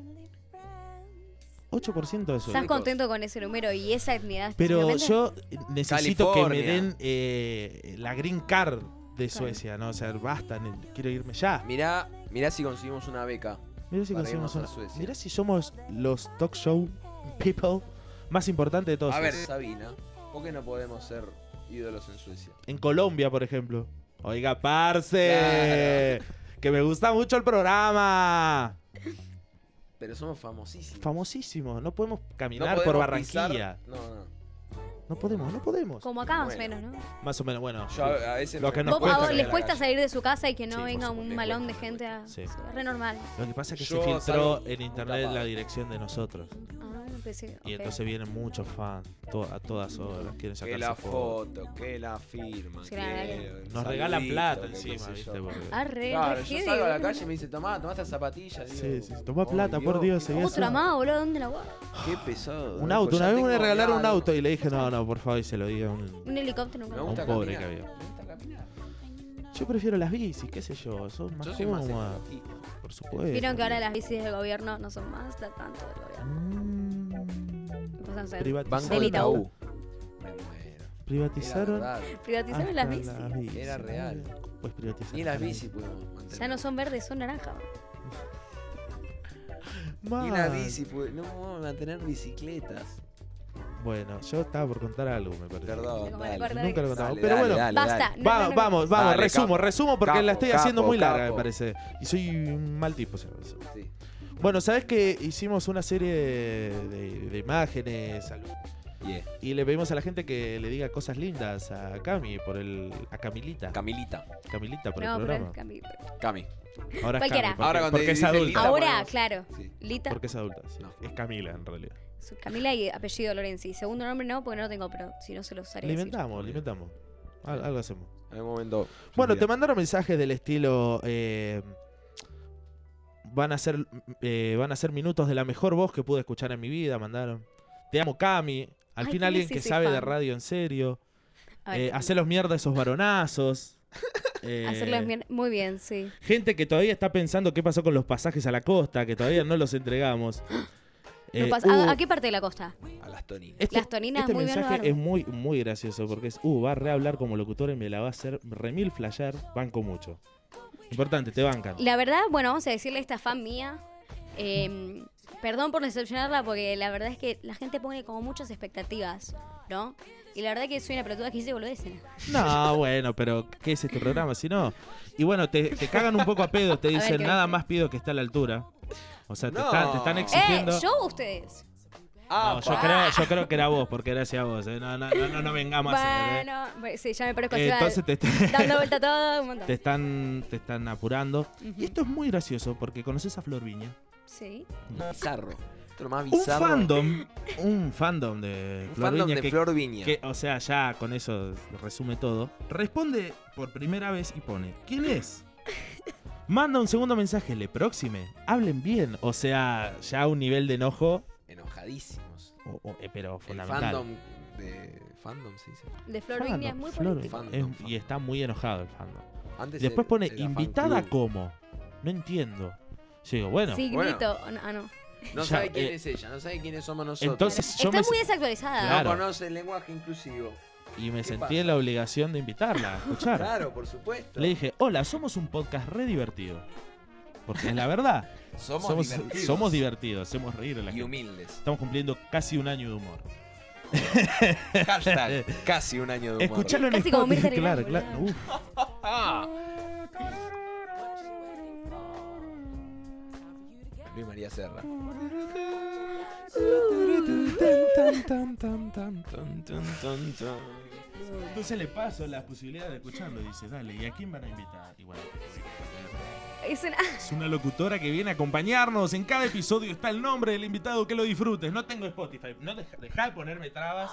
A: 8% de suecos.
H: estás contento con ese número y esa etnia.
A: Pero
H: específicamente?
A: yo necesito que
B: California.
A: me den eh, la green card de Suecia, ¿no? O sea, basta, ne- quiero irme ya.
B: Mirá, mirá si conseguimos una beca.
A: Mirá si,
B: Para
A: conseguimos
B: irnos a
A: una-
B: Suecia.
A: mirá si somos los talk show people más importantes de todos.
B: A ver, Sabina, ¿por qué no podemos ser ídolos en Suecia?
A: En Colombia, por ejemplo. Oiga, parce, que me gusta mucho el programa.
B: Pero somos famosísimos.
A: Famosísimo, no podemos
B: No
A: caminar por
B: podemos
A: Barranquilla.
B: pisar- No, no.
A: No podemos, no podemos.
H: Como acá más o
B: Bueno.
H: menos, ¿no?
A: Más o menos, bueno.
B: Yo a- a veces
A: lo
B: me-
A: que nos
H: Vos,
A: cuesta
H: a vos
A: que-
H: les
B: la
H: cuesta
B: calle.
H: salir de su casa y que no
B: Sí, por
H: venga
B: supuesto,
H: un
B: les
H: malón de
B: cuesta,
H: gente a...
A: Sí.
H: Es re normal.
A: Lo que pasa es que
B: Yo
A: se filtró
B: salgo
A: en internet
B: capaz.
A: la dirección de nosotros.
H: Ah, no pensé.
A: Y
H: ok.
A: entonces vienen muchos fans to- a todas horas. Quieren
B: Que
A: sacarse
B: la
A: fotos.
B: foto, que la firma.
H: Sí,
B: que
H: claro.
B: el
A: Nos
B: saludito,
A: regalan plata
B: que qué
A: encima,
B: sé
A: ¿viste?
B: yo.
A: Porque-
H: Ah, re,
B: Claro,
H: re
B: yo
H: heavy,
B: salgo a la
H: boludo.
B: calle y me dice, tomá, tomá estas zapatillas.
A: Sí, sí. Tomá
B: Toma
A: plata, por Dios, seguí
B: Qué,
A: así.
H: Otra más, boludo, ¿dónde la guardo?
B: qué pesado.
A: Un
B: loco,
A: auto,
B: Pues ya
A: una vez
B: tengo
A: me regalaron un
B: miedo.
A: auto y le dije, no, no, por favor, y se lo diga a un.
H: Un helicóptero nunca
B: Me
A: a un
H: lo-
B: gusta
A: pobre
B: caminar.
A: que
B: Me gusta caminar.
A: Yo prefiero las bicis, qué sé yo, son más
B: Yo soy más
A: cómodas.
B: ecologista.
A: Por supuesto.
H: Vieron que ahora las bicis del gobierno no son más da tanto del gobierno.
A: Mm.
H: Empezaron a ser-
B: Banco
A: Privatizaron,
H: Del
B: del
H: Itaú.
B: Itaú. Me muero. Era
A: privatizaron
B: verdad.
H: Privatizaron las bicis.
A: hasta las bicis.
B: Era real.
A: Pues privatizaron.
B: Ni las bici pudimos mantener.
H: Ya no son verdes, son naranjas. boludo.
B: pues. Ni las
A: Mal.
B: bici pudimos. No podemos mantener bicicletas.
A: Bueno, yo estaba por contar algo, me parece.
B: Perdón,
H: Como la
B: dale.
H: parte de-
A: Nunca lo contaba.
B: Dale,
A: Pero
B: dale,
A: bueno,
B: dale,
H: Basta.
B: dale.
H: No,
A: Va-
H: no, no.
A: Vamos, vamos,
B: Dale,
A: resumo,
B: capo.
A: resumo porque la
B: Capo,
A: estoy haciendo
B: capo,
A: muy larga,
B: capo.
A: me parece. Y soy un mal tipo, se me hace.
B: Sí.
A: Bueno, sabes que hicimos una serie de, de imágenes al-
B: Yeah.
A: y le pedimos a la gente que le diga cosas lindas a Cami por el a Camilita,
B: Camilita.
A: Camilita por
H: No,
A: el
H: pero
A: programa.
H: es cami-
B: Cami.
A: Ahora es
H: Cualquiera.
A: Cami, porque,
B: Ahora cuando
A: porque es
B: dice
A: adulta.
B: Lita-
H: Ahora,
B: ponemos-
H: claro.
B: Sí.
H: Lita.
A: Porque es adulta, sí.
B: No.
A: Es Camila en realidad.
H: su- Camila y apellido Lorenzi. Segundo nombre no, porque no lo tengo, pero si no se lo usaré.
A: Le
H: decir.
A: inventamos, le inventamos. Al- Algo hacemos.
B: En algún momento.
A: Bueno, te
B: mando.
A: mandaron mensajes del estilo. eh, van, a ser, eh, van a ser minutos de la mejor voz que pude escuchar en mi vida, mandaron. Te amo, Cami. Al
H: Ay,
A: fin
H: ¿cómo
A: alguien
H: sí
A: que
H: soy
A: sabe de
H: fan?
A: radio en serio.
H: A ver,
A: Eh, hacer los mierda esos varonazos. Eh,
H: hacerlo bien. Muy bien, sí.
A: Gente que todavía está pensando qué pasó con los pasajes a la costa, que todavía no los entregamos.
H: Nos
A: Eh,
H: pasa- ¿a-
A: uh,
H: ¿A, qué parte de la costa?
B: A las Tony.
A: este,
H: Las toninas
A: este
H: muy bien
A: mensaje
H: bárbaro.
A: es muy, muy gracioso porque es, uh, va a rehablar como locutor y me la va a hacer remil flashear, banco mucho. Importante, te bancan.
H: La verdad, bueno, vamos a decirle a esta fan mía. eh, perdón por decepcionarla, porque la verdad es que la gente pone como muchas expectativas, ¿no? Y la verdad que soy una pelotuda que hice boludeces.
A: No, bueno, pero ¿qué es este programa? Si no. Y bueno, te, te cagan un poco a pedo, te
H: ver,
A: dicen
H: ¿qué
A: nada
H: dice?
A: más pido que esté a la altura. O sea, te,
B: No.
A: están, te están
H: ¡Eh!
A: exigiendo.
H: ¿Yo Ah. o ustedes?
A: Eh,
B: Ah,
A: No, yo creo, yo creo que era vos, porque era hacia vos. ¿eh? No, no, no, no, no vengamos a hacer. ¿eh?
H: Bueno, bueno, sí, ya me parezco
A: Eh,
H: así,
A: entonces te,
H: dando vuelta todo, un montón.
A: te están, te están apurando. Y esto es muy gracioso porque conoces a Flor Viña.
H: Sí.
B: Bizarro. Esto es lo más
A: Un
B: bizarro.
A: fandom. Un fandom de
B: Un
A: Flor
B: fandom
A: Viña
B: de
A: que-
B: Flor Viña.
A: que, o sea, ya con eso resume todo. Responde por primera vez y pone, ¿quién es? Manda un segundo mensaje, le próxime. Hablen bien. O sea, ya un nivel de enojo.
B: Enojadísimos.
A: o- o- eh, pero
B: El
A: fundamental.
B: fandom de. Fandom, sí, sí.
H: De Flor
A: Fandom,
H: Vigna es muy
A: Flor
H: política.
A: Vigna.
B: Fandom,
A: Es- Y está muy enojado el fandom.
B: Antes
A: Después
B: era-
A: pone,
B: era fan
A: invitada
B: club.
A: como. No entiendo. Yo digo, bueno.
F: Signito. Ah, no.
B: No
A: Ya,
B: sabe quién
A: eh,
B: es ella, no sabe quiénes somos nosotros.
A: Entonces yo
F: Está
A: me,
F: muy desactualizada.
A: Claro.
B: No conoce el lenguaje inclusivo.
A: y me
B: ¿Qué
A: sentí
B: pasa?
A: en la obligación de invitarla a escuchar.
B: Claro, por supuesto.
A: Le dije, hola, somos un podcast re divertido. Porque es la verdad.
B: Somos divertidos.
A: somos divertidos, hacemos reír a la
B: Y
A: gente.
B: humildes.
A: Estamos cumpliendo casi un año de humor.
B: Hashtag casi un año de humor.
A: Escuchalo en
F: Casi como
A: Spotify,
F: Mirta
A: claro,
F: Legrand,
A: claro.
F: boludo.
A: Uf,
B: Luis María Serra.
A: Entonces le paso la posibilidad de escucharlo. Dice, dale, ¿y a quién van a invitar? Y bueno,
F: Es una-
A: es una locutora que viene a acompañarnos. En cada episodio está el nombre del invitado, que lo disfrutes. No tengo Spotify. No deja, deja de ponerme trabas.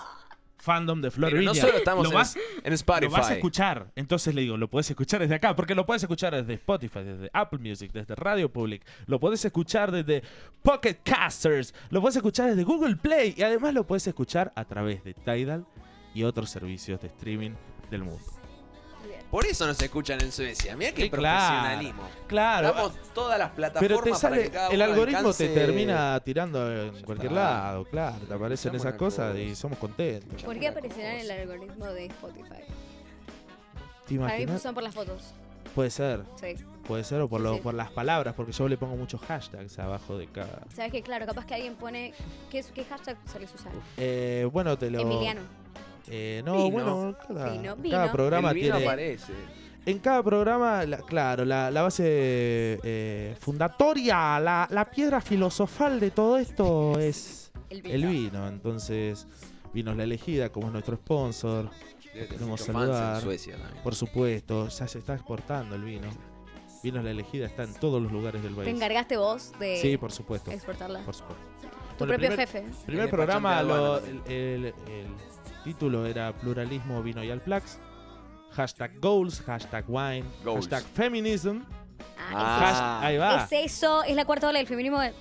A: Fandom de Flor
B: Pero no
A: Vigna.
B: solo estamos
A: Lo
B: en,
A: vas-
B: en Spotify.
A: Lo vas a escuchar. Entonces le digo, lo puedes escuchar desde acá, porque lo puedes escuchar desde Spotify, desde Apple Music, desde Radio Public, lo puedes escuchar desde Pocket Casters, lo puedes escuchar desde Google Play y además lo puedes escuchar a través de Tidal y otros servicios de streaming del mundo.
B: Por eso nos escuchan en Suecia. Mirá qué
A: Sí, claro.
B: profesionalismo.
A: Claro.
B: Damos todas las plataformas
A: Pero te
B: para
A: sale,
B: que cada
A: el
B: uno
A: algoritmo te
B: alcance-
A: termina tirando en cualquier
B: está.
A: lado, claro, te aparecen esas cosas y somos contentos.
F: ¿Por qué aparecerá en el algoritmo de Spotify? Para mí
A: ¿Te imaginas?
F: son por las fotos.
A: Puede ser,
F: Sí.
A: puede ser, o por,
F: Sí,
A: lo-
F: sí.
A: por las palabras, porque yo le pongo muchos hashtags abajo de cada...
F: Sabes que, claro, capaz que alguien pone. ¿Qué, es- qué hashtag sueles usar?
A: Eh, bueno, te lo.
F: Emiliano.
A: Eh, no,
B: Vino.
A: bueno, cada,
F: Vino,
A: cada
F: vino.
A: programa
B: El vino
A: tiene.
B: aparece.
A: En cada programa, la- claro, la, la base eh, fundatoria, la, la piedra filosofal de todo esto es
F: El vino.
A: el vino. Entonces, Vinos la elegida, como es nuestro sponsor,
B: Debe tener
A: queremos
B: muchos fans
A: saludar.
B: en Suecia también.
A: por supuesto, ya se está exportando el vino. Vinos la elegida está en todos los lugares del
F: ¿Te
A: país.
F: encargaste vos de
A: Sí, por supuesto.
F: exportarla?
A: Por supuesto.
F: tu
A: Bueno,
F: propio
A: primer-
F: jefe.
A: Primer
B: El despachante de
A: programa, lo-
B: aduanas.
A: el, el- el título era Pluralismo, Vino y Alplax. Hashtag goals, hashtag wine,
B: Goals.
A: hashtag feminism.
F: Ah,
A: hasht- ahí va.
F: es, es eso, es la cuarta ola del feminismo. de-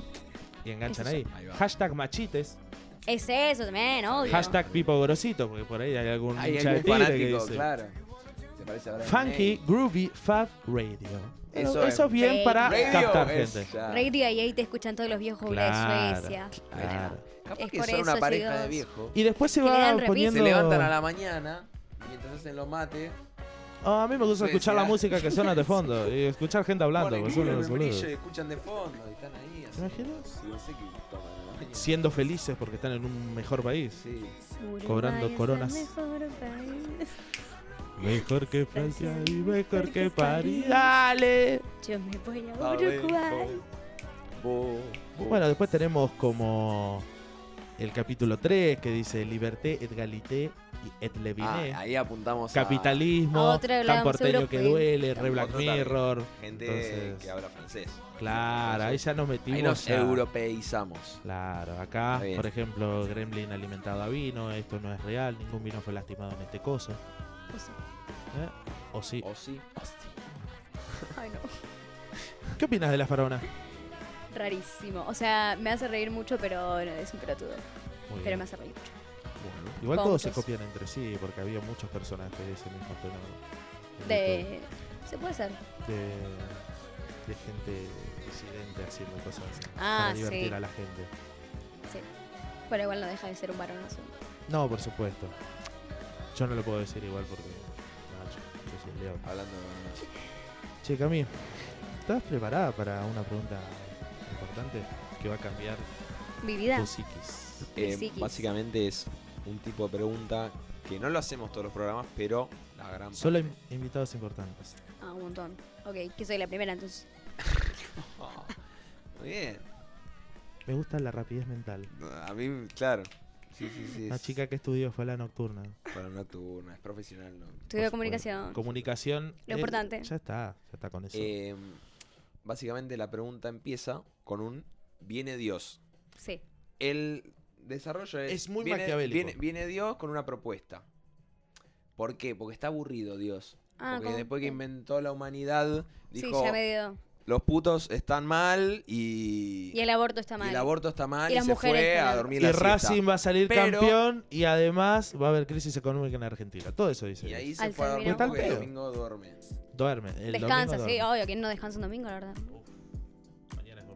A: y enganchan
F: ese-
A: ahí.
B: ahí va.
A: Hashtag machites.
F: Es eso también, obvio.
A: Hashtag pipo grosito, porque por ahí hay algún
B: Hay
A: hincha de
B: algún
A: tigre que
B: fanático,
A: dice,
B: claro. Se parece a Brian
A: Funky, groovy, fab radio. Bueno,
B: Eso
A: Eso,
B: es.
A: es bien para
B: May. Radio
A: captar
B: es-
A: gente.
B: ya.
F: Radio y ahí te escuchan todos los viejos de
A: Claro,
F: Suecia.
A: claro.
B: Capaz
F: Es
B: que
F: por
B: son una
F: eso,
B: pareja
F: chicos.
B: de viejos.
A: Y después se
F: Que le
A: va
F: dan remis.
A: poniendo.
F: Se
B: Se levantan a la mañana mientras hacen los mates.
A: Ah, a mí me gusta escuchar la
B: Suecia.
A: música que suena de fondo y escuchar gente hablando.
B: ponen
A: porque son
B: uno en
A: unos
B: el
A: boludos.
B: brillo y escuchan de fondo. Y están ahí.
A: ¿Te imaginas?
B: No sé qué toman en la mañana.
A: siendo felices porque están en un mejor país.
B: Sí.
F: Uruguay
A: Cobrando
F: es el
A: coronas.
F: mejor país.
A: Mejor que
F: Francia y
A: mejor
F: que París.
A: Dale.
F: Yo me voy a Uruguay.
A: Bueno, después tenemos como el capítulo 3 que dice liberté, égalité y et
B: Ah,
A: leviné.
B: ahí apuntamos a
A: Capitalismo,
F: A Ah, otro
A: tan
F: lado,
A: porteño
F: seguro
A: que
F: que-
A: duele, re
B: Otro
A: Black
B: también.
A: Mirror.
B: gente
A: Entonces,
B: que habla francés.
A: claro, ahí ya nos metimos.
B: Ahí nos
A: ya.
B: europeizamos.
A: Claro, acá,
B: Está bien.
A: por ejemplo, Gremlin alimentado a vino, esto no es real, ningún vino fue lastimado en este coso.
F: O sea,
A: ¿eh? O sí.
B: O sí.
F: Ay, no.
A: ¿Qué opinas de la farona?
F: Rarísimo. O sea, me hace reír mucho, pero no, es un pelotudo.
A: Muy
F: Pero
A: bien.
F: me hace reír mucho.
A: Igual todos se
F: Puntos.
A: copian entre sí, porque había muchos personajes de ese mismo tono. en
F: De. Se puede hacer.
A: YouTube, De, de gente disidente haciendo cosas
F: Ah,
A: para divertir
F: sí.
A: a la gente.
F: Sí. Pero igual no deja de ser un varonazo.
A: No, por supuesto. Yo no lo puedo decir igual porque. no, yo, yo soy el león.
B: Hablando de
A: Che, Cami, ¿estás preparada para una pregunta importante que va a cambiar
F: Mi vida.
B: Pues
A: tu psiquis?
B: Eh,
F: Psiquis.
B: básicamente es un tipo de pregunta que no lo hacemos todos los programas, pero la gran
A: Solo
B: parte.
A: in- invitados importantes.
F: Ah, un montón. Ok, que soy la primera entonces.
B: Oh, muy bien.
A: Me gusta la rapidez mental.
B: A mí, claro. Sí, sí, sí.
A: La
B: es
A: chica que estudió fue la nocturna.
B: Para una turna, es profesional. ¿no?
F: Estudio
A: supuesto.
F: comunicación.
A: Comunicación.
F: Lo
A: eh,
F: importante.
A: Ya está, ya está con eso.
B: Eh, básicamente la pregunta empieza con un viene Dios.
F: Sí.
B: El desarrollo es...
A: Es muy
B: viene,
A: maquiavélico.
B: Viene, viene Dios con una propuesta. ¿Por qué? Porque está aburrido Dios.
H: Ah,
B: porque
H: con-
B: después que inventó la humanidad,
H: Sí,
B: dijo,
H: ya me dio.
B: los putos están mal y,
H: Y el aborto está
B: y
H: mal.
B: el aborto está mal
H: Y
B: y,
H: las
B: se
H: mujeres
B: fue
H: están
B: a
H: mal.
B: dormir
A: Y
B: la siesta.
A: Racing va a salir
B: Pero-
A: campeón y además va a haber crisis económica en Argentina. Todo eso dice.
B: Y ahí
A: Luis.
B: se
H: Al
B: fue a dormir
A: terminó.
B: porque el
A: Está al
B: domingo duerme.
A: Duerme. El
H: Descansa,
A: domingo
H: sí,
A: duerme.
H: obvio, ¿quién no descansa un domingo, la verdad?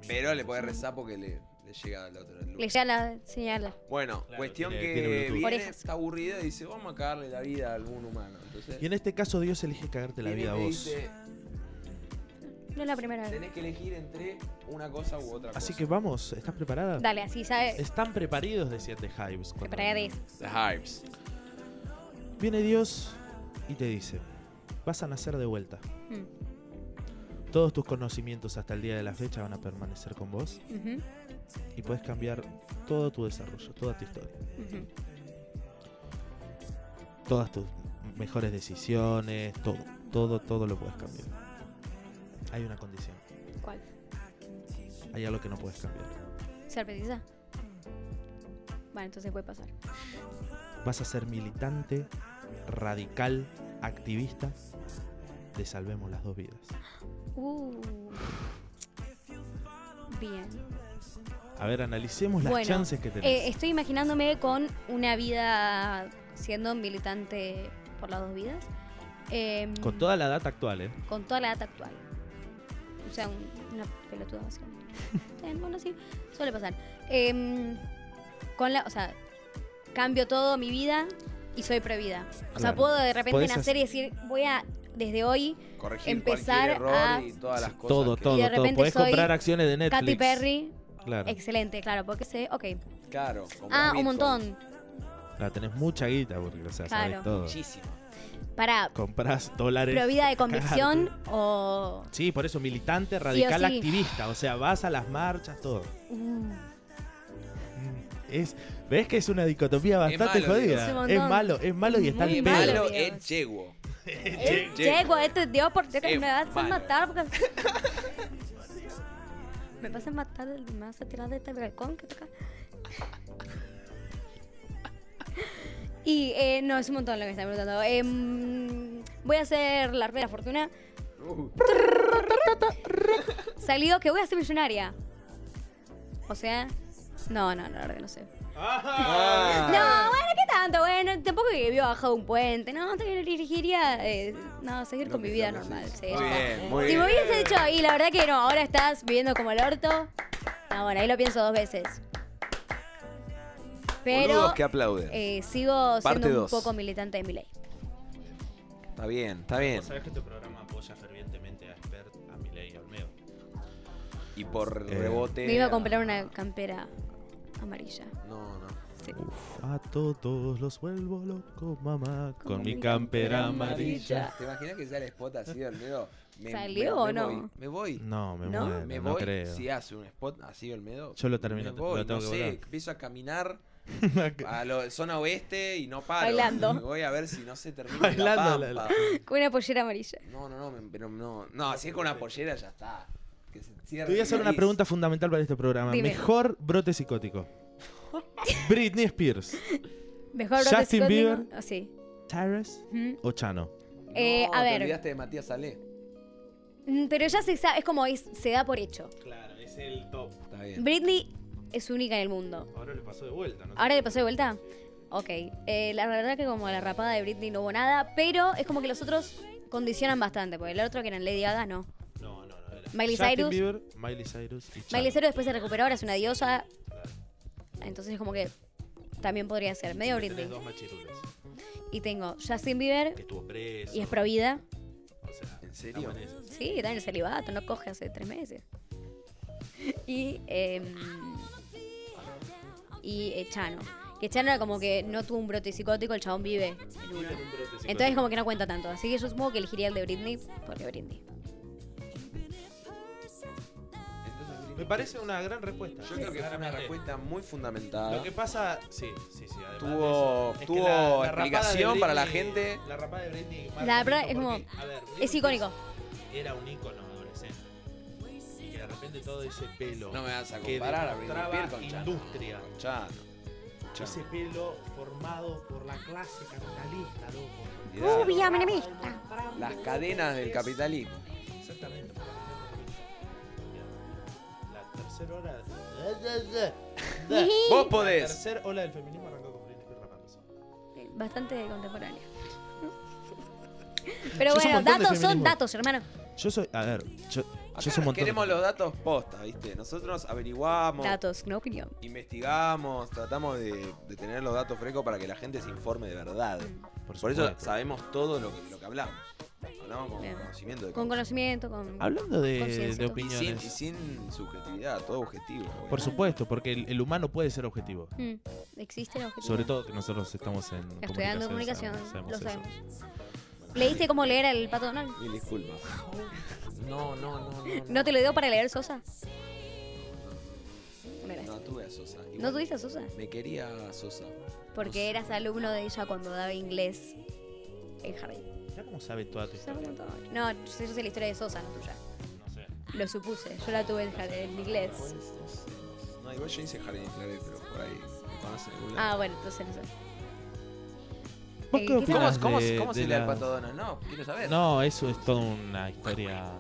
B: Pero le puede rezar porque le, le llega al otro. el lunes.
H: Le llega la señala.
B: Bueno, cuestión
A: tiene-
B: que
A: tiene Bluetooth.
B: viene,
H: Orejas.
B: está aburrida y dice, vamos a cagarle la vida a algún humano. Entonces,
A: Y en este caso Dios elige cagarte la
B: viene y
A: vida a
B: me
A: vos.
B: dice,
H: No es la primera vez.
B: Tenés que elegir entre una cosa u otra
A: Así
B: cosa.
A: que vamos, ¿estás preparada?
H: Dale, así sabe.
A: Están preparados, decía The Hives. cuando-
H: Preparades.
B: The Hives.
A: Viene Dios y te dice, vas a nacer de vuelta.
H: Mm.
A: Todos tus conocimientos hasta el día de la fecha van a permanecer con vos
H: Ujú,
A: y puedes cambiar todo tu desarrollo, toda tu historia.
H: ujú.
A: todas tus mejores decisiones, todo, todo, todo lo puedes cambiar. Hay una condición,
H: ¿Cuál?
A: hay algo que no puedes cambiar.
H: ¿Ser precisa? Bueno, entonces puede pasar.
A: Vas a ser militante, radical, activista de Salvemos las dos vidas.
H: Uh. Bien.
A: A ver, analicemos las
H: Bueno,
A: chances que tenés.
H: Eh, estoy imaginándome con una vida siendo militante por las dos vidas. Em,
A: Con toda la data actual, ¿eh?
H: con toda la data actual. O sea, un- una pelotuda básicamente. Está bien, bueno, sí, suele pasar. Em, con la, o sea, cambio todo mi vida y soy previda. O sea,
A: Claro.
H: puedo de repente
A: Podés
H: nacer y decir, voy a, desde hoy,
B: Corregir cualquier
H: empezar
B: error
H: a-
B: y todas las
A: Sí,
B: cosas.
A: todo,
B: que-
A: todo,
H: Y de
A: todo.
H: repente
A: Podés
H: soy
A: comprar acciones de Netflix.
H: Katy Perry,
A: Claro,
H: excelente, claro, porque sé, ok.
B: Claro. comprás
H: Ah, un
B: Bitcoin.
H: montón.
A: la tenés mucha guita porque, o sea, sabés
H: Claro.
A: todo.
B: Muchísimo.
H: Para,
A: Comprás dólares.
H: ¿provida de convicción o...?
A: Sí, por eso, militante, radical,
H: sí.
A: activista. O sea, vas a las marchas, todo.
H: Uh,
A: Es, ¿Ves que es una dicotomía
B: Es
A: bastante
B: malo,
H: Es un
A: jodida? Es
H: montón.
A: malo, es malo y está
H: Muy
A: el pedo.
H: malo.
B: Malo es yeguo.
H: eh, Llego, este Dios, por Dios que
B: Eh,
H: me vas a
B: vale.
H: matar. porque- me vas a matar, me vas a tirar de este balcón que toca. Y eh, no, es un montón lo que está preguntando. Em, voy a hacer la rueda de la fortuna. Salido que voy a ser millonaria. O sea, no, no, no, la verdad que no sé. Ah.
B: Ah.
H: No, bueno, ¿qué tanto? Bueno, tampoco que vivo bajado un puente. No, también elegiría, eh, no, seguir con mi vida normal. Sí,
B: Muy bien, muy
H: si
B: bien.
H: me hubiese hecho ahí, la verdad que no, ahora estás viviendo como el orto. No, bueno, ahí lo pienso dos veces. Pero
B: Boludos que aplauden.
H: eh, sigo
B: Parte
H: siendo un
B: dos.
H: poco militante de mi ley.
B: Está bien, está bien.
A: Sabes que este programa apoya fervientemente a Expert, a Milei y a Olmedo.
B: Y por
A: Eh.
B: rebote.
H: Me iba a comprar una campera amarilla.
B: No, no.
H: Sí.
A: A todos los vuelvo loco, mamá, con mi campera amarilla.
B: ¿Te imaginas que sale spot así, Olmedo? Me,
H: ¿Salió
B: me-
H: o
B: me
H: no?
B: voy, me voy.
A: No, me
H: ¿No?
A: muero,
B: me
A: no
B: voy.
A: creo.
B: Si hace un spot así, Olmedo.
A: Yo lo termino,
B: me voy,
A: lo tengo
B: no
A: que
B: sé,
A: votar.
B: empiezo a caminar a la zona oeste y no paro.
H: Bailando.
B: Y voy a ver si no se termina
A: Bailando,
B: la
A: la-
B: pampa.
H: Con una pollera amarilla.
B: No, no, no, me- pero no. No, si es con una pollera ya está. Que se
A: Te
B: cierre
A: voy a
B: la
A: hacer una
B: nariz.
A: pregunta fundamental para este programa.
H: Dime.
A: Mejor brote psicótico. Britney Spears,
H: Mejor
A: Justin
H: brote psicótico.
A: Bieber.
H: Ah, sí.
A: Tyrus
H: Ujú.
A: o Chano.
B: No,
H: Eh, a
B: te
H: ver.
B: olvidaste de Matías Salé.
H: Mm, Pero ya se sabe, es como es- se da por hecho.
A: Claro, es el top.
B: Está bien.
H: Britney es única en el mundo.
A: Ahora le pasó de vuelta, ¿no?
H: ¿Ahora le pasó de vuelta? Ok. Eh, la verdad que como la rapada de Britney no hubo nada, pero es como que los otros condicionan bastante, porque el otro que era Lady Gaga no.
A: No, no, no. Era.
H: Miley
A: Justin
H: Cyrus.
A: Bieber, Miley Cyrus y Chano.
H: Miley Cyrus después se recuperó, ahora es una diosa. Entonces es como que también podría ser medio
A: Tenés
H: Britney.
A: dos machirules.
H: Y tengo Justin Bieber
A: Que estuvo preso.
H: y es provida.
A: O sea,
B: ¿En serio?
A: estamos en esas.
H: Sí, está en el celibato, no coge hace tres meses. Y, em, y eh, Chano. Que Chano era como que no tuvo un brote psicótico, el chabón vive en una. Entonces como que no cuenta tanto. Así que yo supongo que elegiría el de Britney porque Britney.
A: Me parece una gran respuesta.
B: Yo creo que fue una
A: Claramente.
B: respuesta muy fundamentada.
A: Lo que pasa. Sí, sí, sí. además de
B: Tuvo-
A: eso, es que
B: tuvo
A: la- la rapada de
B: explicación para la
A: Britney-
B: gente.
A: La rapada de Britney. marca
H: La
A: un
H: verdad
A: hito
H: es
A: porque,
H: como-
A: a ver,
H: Es
A: Britney
H: icónico.
A: Era un ícono adolescente. Y que de repente todo ese pelo.
B: No me vas a
A: que
B: comparar a Britney
A: demostraba
B: Spears con Chano.
A: industria.
B: Con Chano.
A: Ese pelo formado por la clase capitalista, loco.
B: Ideal.
H: Rubia menemista.
B: Las cadenas del capitalismo.
A: Exactamente. este La tercera hora.
B: Vos podés.
A: La tercera ola del feminismo arrancó con Britney Spears rapando sola.
H: Bastante contemporánea. Pero
A: Yo soy un
H: bueno,
A: montón de
H: datos son
A: feminismo.
H: datos, hermano.
A: Yo soy. A ver, yo, yo soy un montón.
B: Queremos los datos posta, ¿viste? Nosotros averiguamos,
H: Datos, no opinión.
B: investigamos, tratamos de, de tener los datos frescos para que la gente se informe de verdad. Por, eso
A: supuesto.
B: sabemos todo lo que, lo que hablamos. Hablamos con conocimiento de
H: Con
B: causa.
H: conocimiento, con.
A: Hablando de,
H: conciencia,
A: de
H: todo.
B: Y
A: opiniones.
B: sin, y sin subjetividad, todo objetivo. güey.
A: Por supuesto, porque el, el humano puede ser objetivo.
H: Mm, Existe la objetividad.
A: Sobre todo que nosotros estamos en
H: Estudiando comunicación,
A: sabemos-
H: lo
A: sabemos
H: sabemos.
A: eso.
H: ¿Leíste cómo leer al pato Donald?
B: Mil disculpas. No, no, no, no.
H: ¿No te lo dio para leer Sosa? Gracias.
B: No tuve a Sosa. Igual
H: ¿No tuviste a Sosa?
B: Me quería a Sosa.
H: Porque eras alumno de ella cuando daba inglés en jardín.
A: Mirá cómo sabe toda tu historia.
H: No, yo sé yo sé la historia de Sosa, no tuya. Lo supuse, yo la tuve en, jardín, en inglés.
B: No, igual yo hice jardín clave, pero por ahí me conocen de algún lado.
H: Ah, bueno, entonces no sé.
A: ¿Vos
H: Eh,
A: qué
H: ¿qué
A: opinás
B: ¿Cómo, cómo,
A: de-
B: cómo
A: de
B: se le da el
A: la-
B: pato Donald? No, quiero saber.
A: No, eso es toda una historia.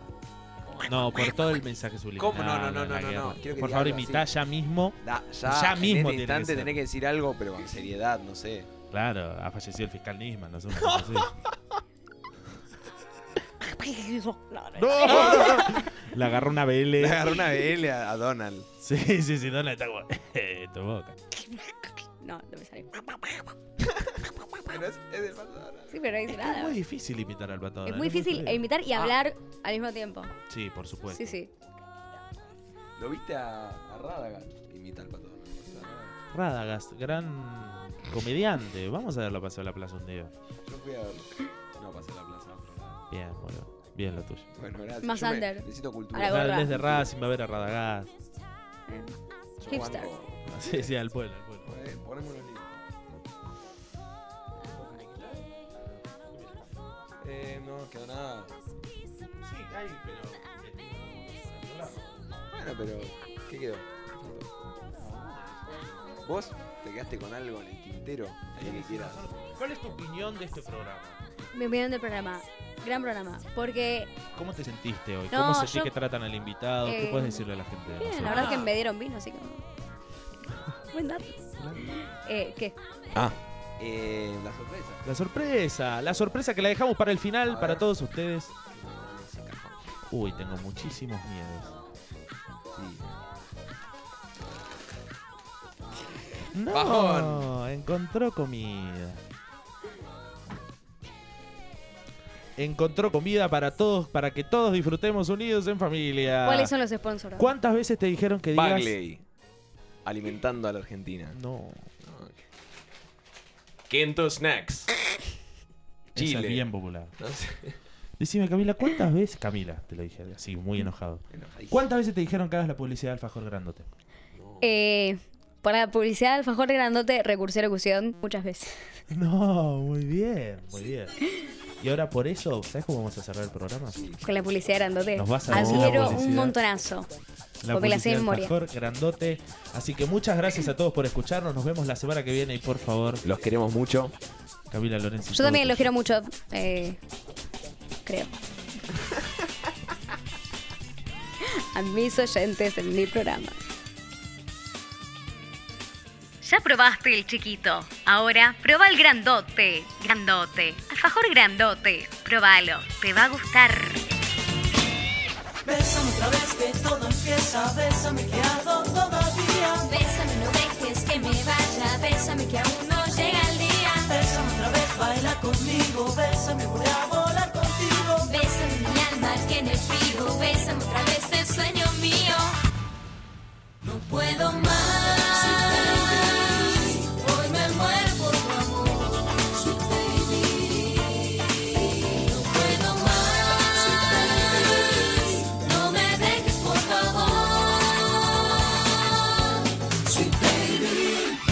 A: No, por todo el mensaje subliminal.
B: ¿Cómo? No, no, no,
A: la
B: no, no,
A: guerra.
B: no. Quiero que
A: Por
B: diga
A: favor,
B: algo
A: imitá
B: así.
A: ya mismo.
B: Da, ya,
A: Ya
B: mismo en
A: mismo
B: este
A: tiene que
B: instante
A: ser.
B: tenés que decir algo, pero con seriedad, no sé.
A: Claro, ha fallecido el fiscal Nisman, no sé. una cosa así. Le agarró una BL.
B: Le agarró una BL a, a Donald.
A: Sí, sí, sí, no la está como. "Eh, tu boca.
H: No, no me salió.
B: Pero es, es del pato Donald.
H: Sí, pero no dice
A: Es que es
H: nada.
A: muy difícil imitar al pato.
H: Es
A: Donald,
H: muy difícil
A: jodido.
H: imitar y
B: Ah.
H: hablar al mismo tiempo.
A: Sí, por supuesto.
H: Sí, sí.
B: Lo viste a, a Radagast imita al pato Donald. O sea,
A: Radagast, gran comediante. Vamos a verlo pasar a la plaza un día.
B: yo fui a verlo. No, pasé la plaza. pero-
A: Bien, boludo. Bien lo tuyo.
B: Bueno, gracias.
H: Más
B: Yo me-
H: under.
B: Necesito
H: A la
B: cultura.
H: gorra.
A: Claro, desde Racing va a ver a Radagast.
B: Yo
H: Hipster.
B: banco-
A: Sí, sí, al pueblo, al pueblo.
B: Eh, Ponemos los libros. Eh, no, quedó nada.
A: Sí, hay, pero.
B: Bueno, pero. ¿Qué quedó? ¿Vos te quedaste con algo en el tintero? Ahí que quieras.
A: ¿Cuál es tu opinión de este programa?
H: Me opinión del programa. Gran programa. Porque,
A: ¿Cómo te sentiste hoy?
H: No,
A: ¿Cómo sentís
H: yo-
A: que tratan al invitado? ¿Qué
H: Eh,
A: puedes decirle a la gente? de
H: bien, eh, la
A: nosotros?
H: verdad es que me dieron vino, así que. Buen dato. Eh, ¿Qué?
B: Ah. Eh, la sorpresa.
A: La sorpresa, la sorpresa que la dejamos para el
B: A
A: final,
B: ver.
A: para todos ustedes.
B: Ese cajón.
A: Uy, tengo muchísimos miedos.
B: Sí.
A: No,
B: Bajón.
A: encontró comida. Encontró comida para todos, para que todos disfrutemos unidos en familia.
H: ¿Cuáles son los sponsors?
A: ¿Cuántas veces te dijeron que digas?
B: Bagley. Alimentando a la Argentina.
A: No.
B: Kento Snacks.
A: Esa
B: Chile.
A: es bien popular.
B: No sé.
A: Decime, Camila, ¿cuántas veces? Camila, te lo dije así, muy enojado. ¿Cuántas veces te dijeron que hagas la publicidad de Alfajor Grandote?
H: Eh, para publicidad de Alfajor Grandote, recursé locución muchas veces.
A: No, muy bien, muy bien. Y ahora por eso, ¿sabes cómo vamos a cerrar el programa?
H: Con la publicidad Grandote.
A: Nos vas a decir la
H: Adquiero un
A: publicidad.
H: montonazo. Porque la sé de
A: publicidad
H: memoria.
A: Alfajor Grandote. Así que muchas gracias a todos por escucharnos. Nos vemos la semana que viene y por favor,
B: Los queremos mucho.
A: Camila Lorenzo.
H: Yo también los quiero mucho. eh, creo. A mis oyentes en mi programa. Ya probaste el chiquito. Ahora prueba el grandote. Grandote. Alfajor grandote. Probalo. Te va a gustar.
D: Bésame otra vez que todo empieza, bésame que ardo todavía.
E: Bésame, no dejes que me vaya. Bésame que aún no llega el día.
D: Bésame otra vez, baila conmigo, bésame, voy a volar contigo.
E: Bésame mi alma tiene frío. Bésame otra vez el sueño mío. No puedo más. Hoy me muero por tu amor. No puedo más. No me dejes, por favor. Sweet baby. Sweet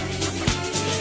E: baby.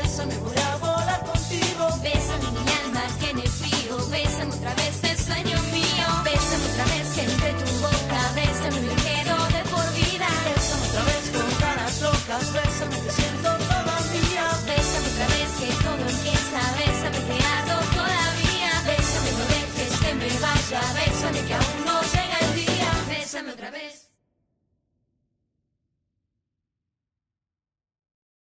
E: Bésame, voy a volar contigo. Bésame mi alma, que en el frío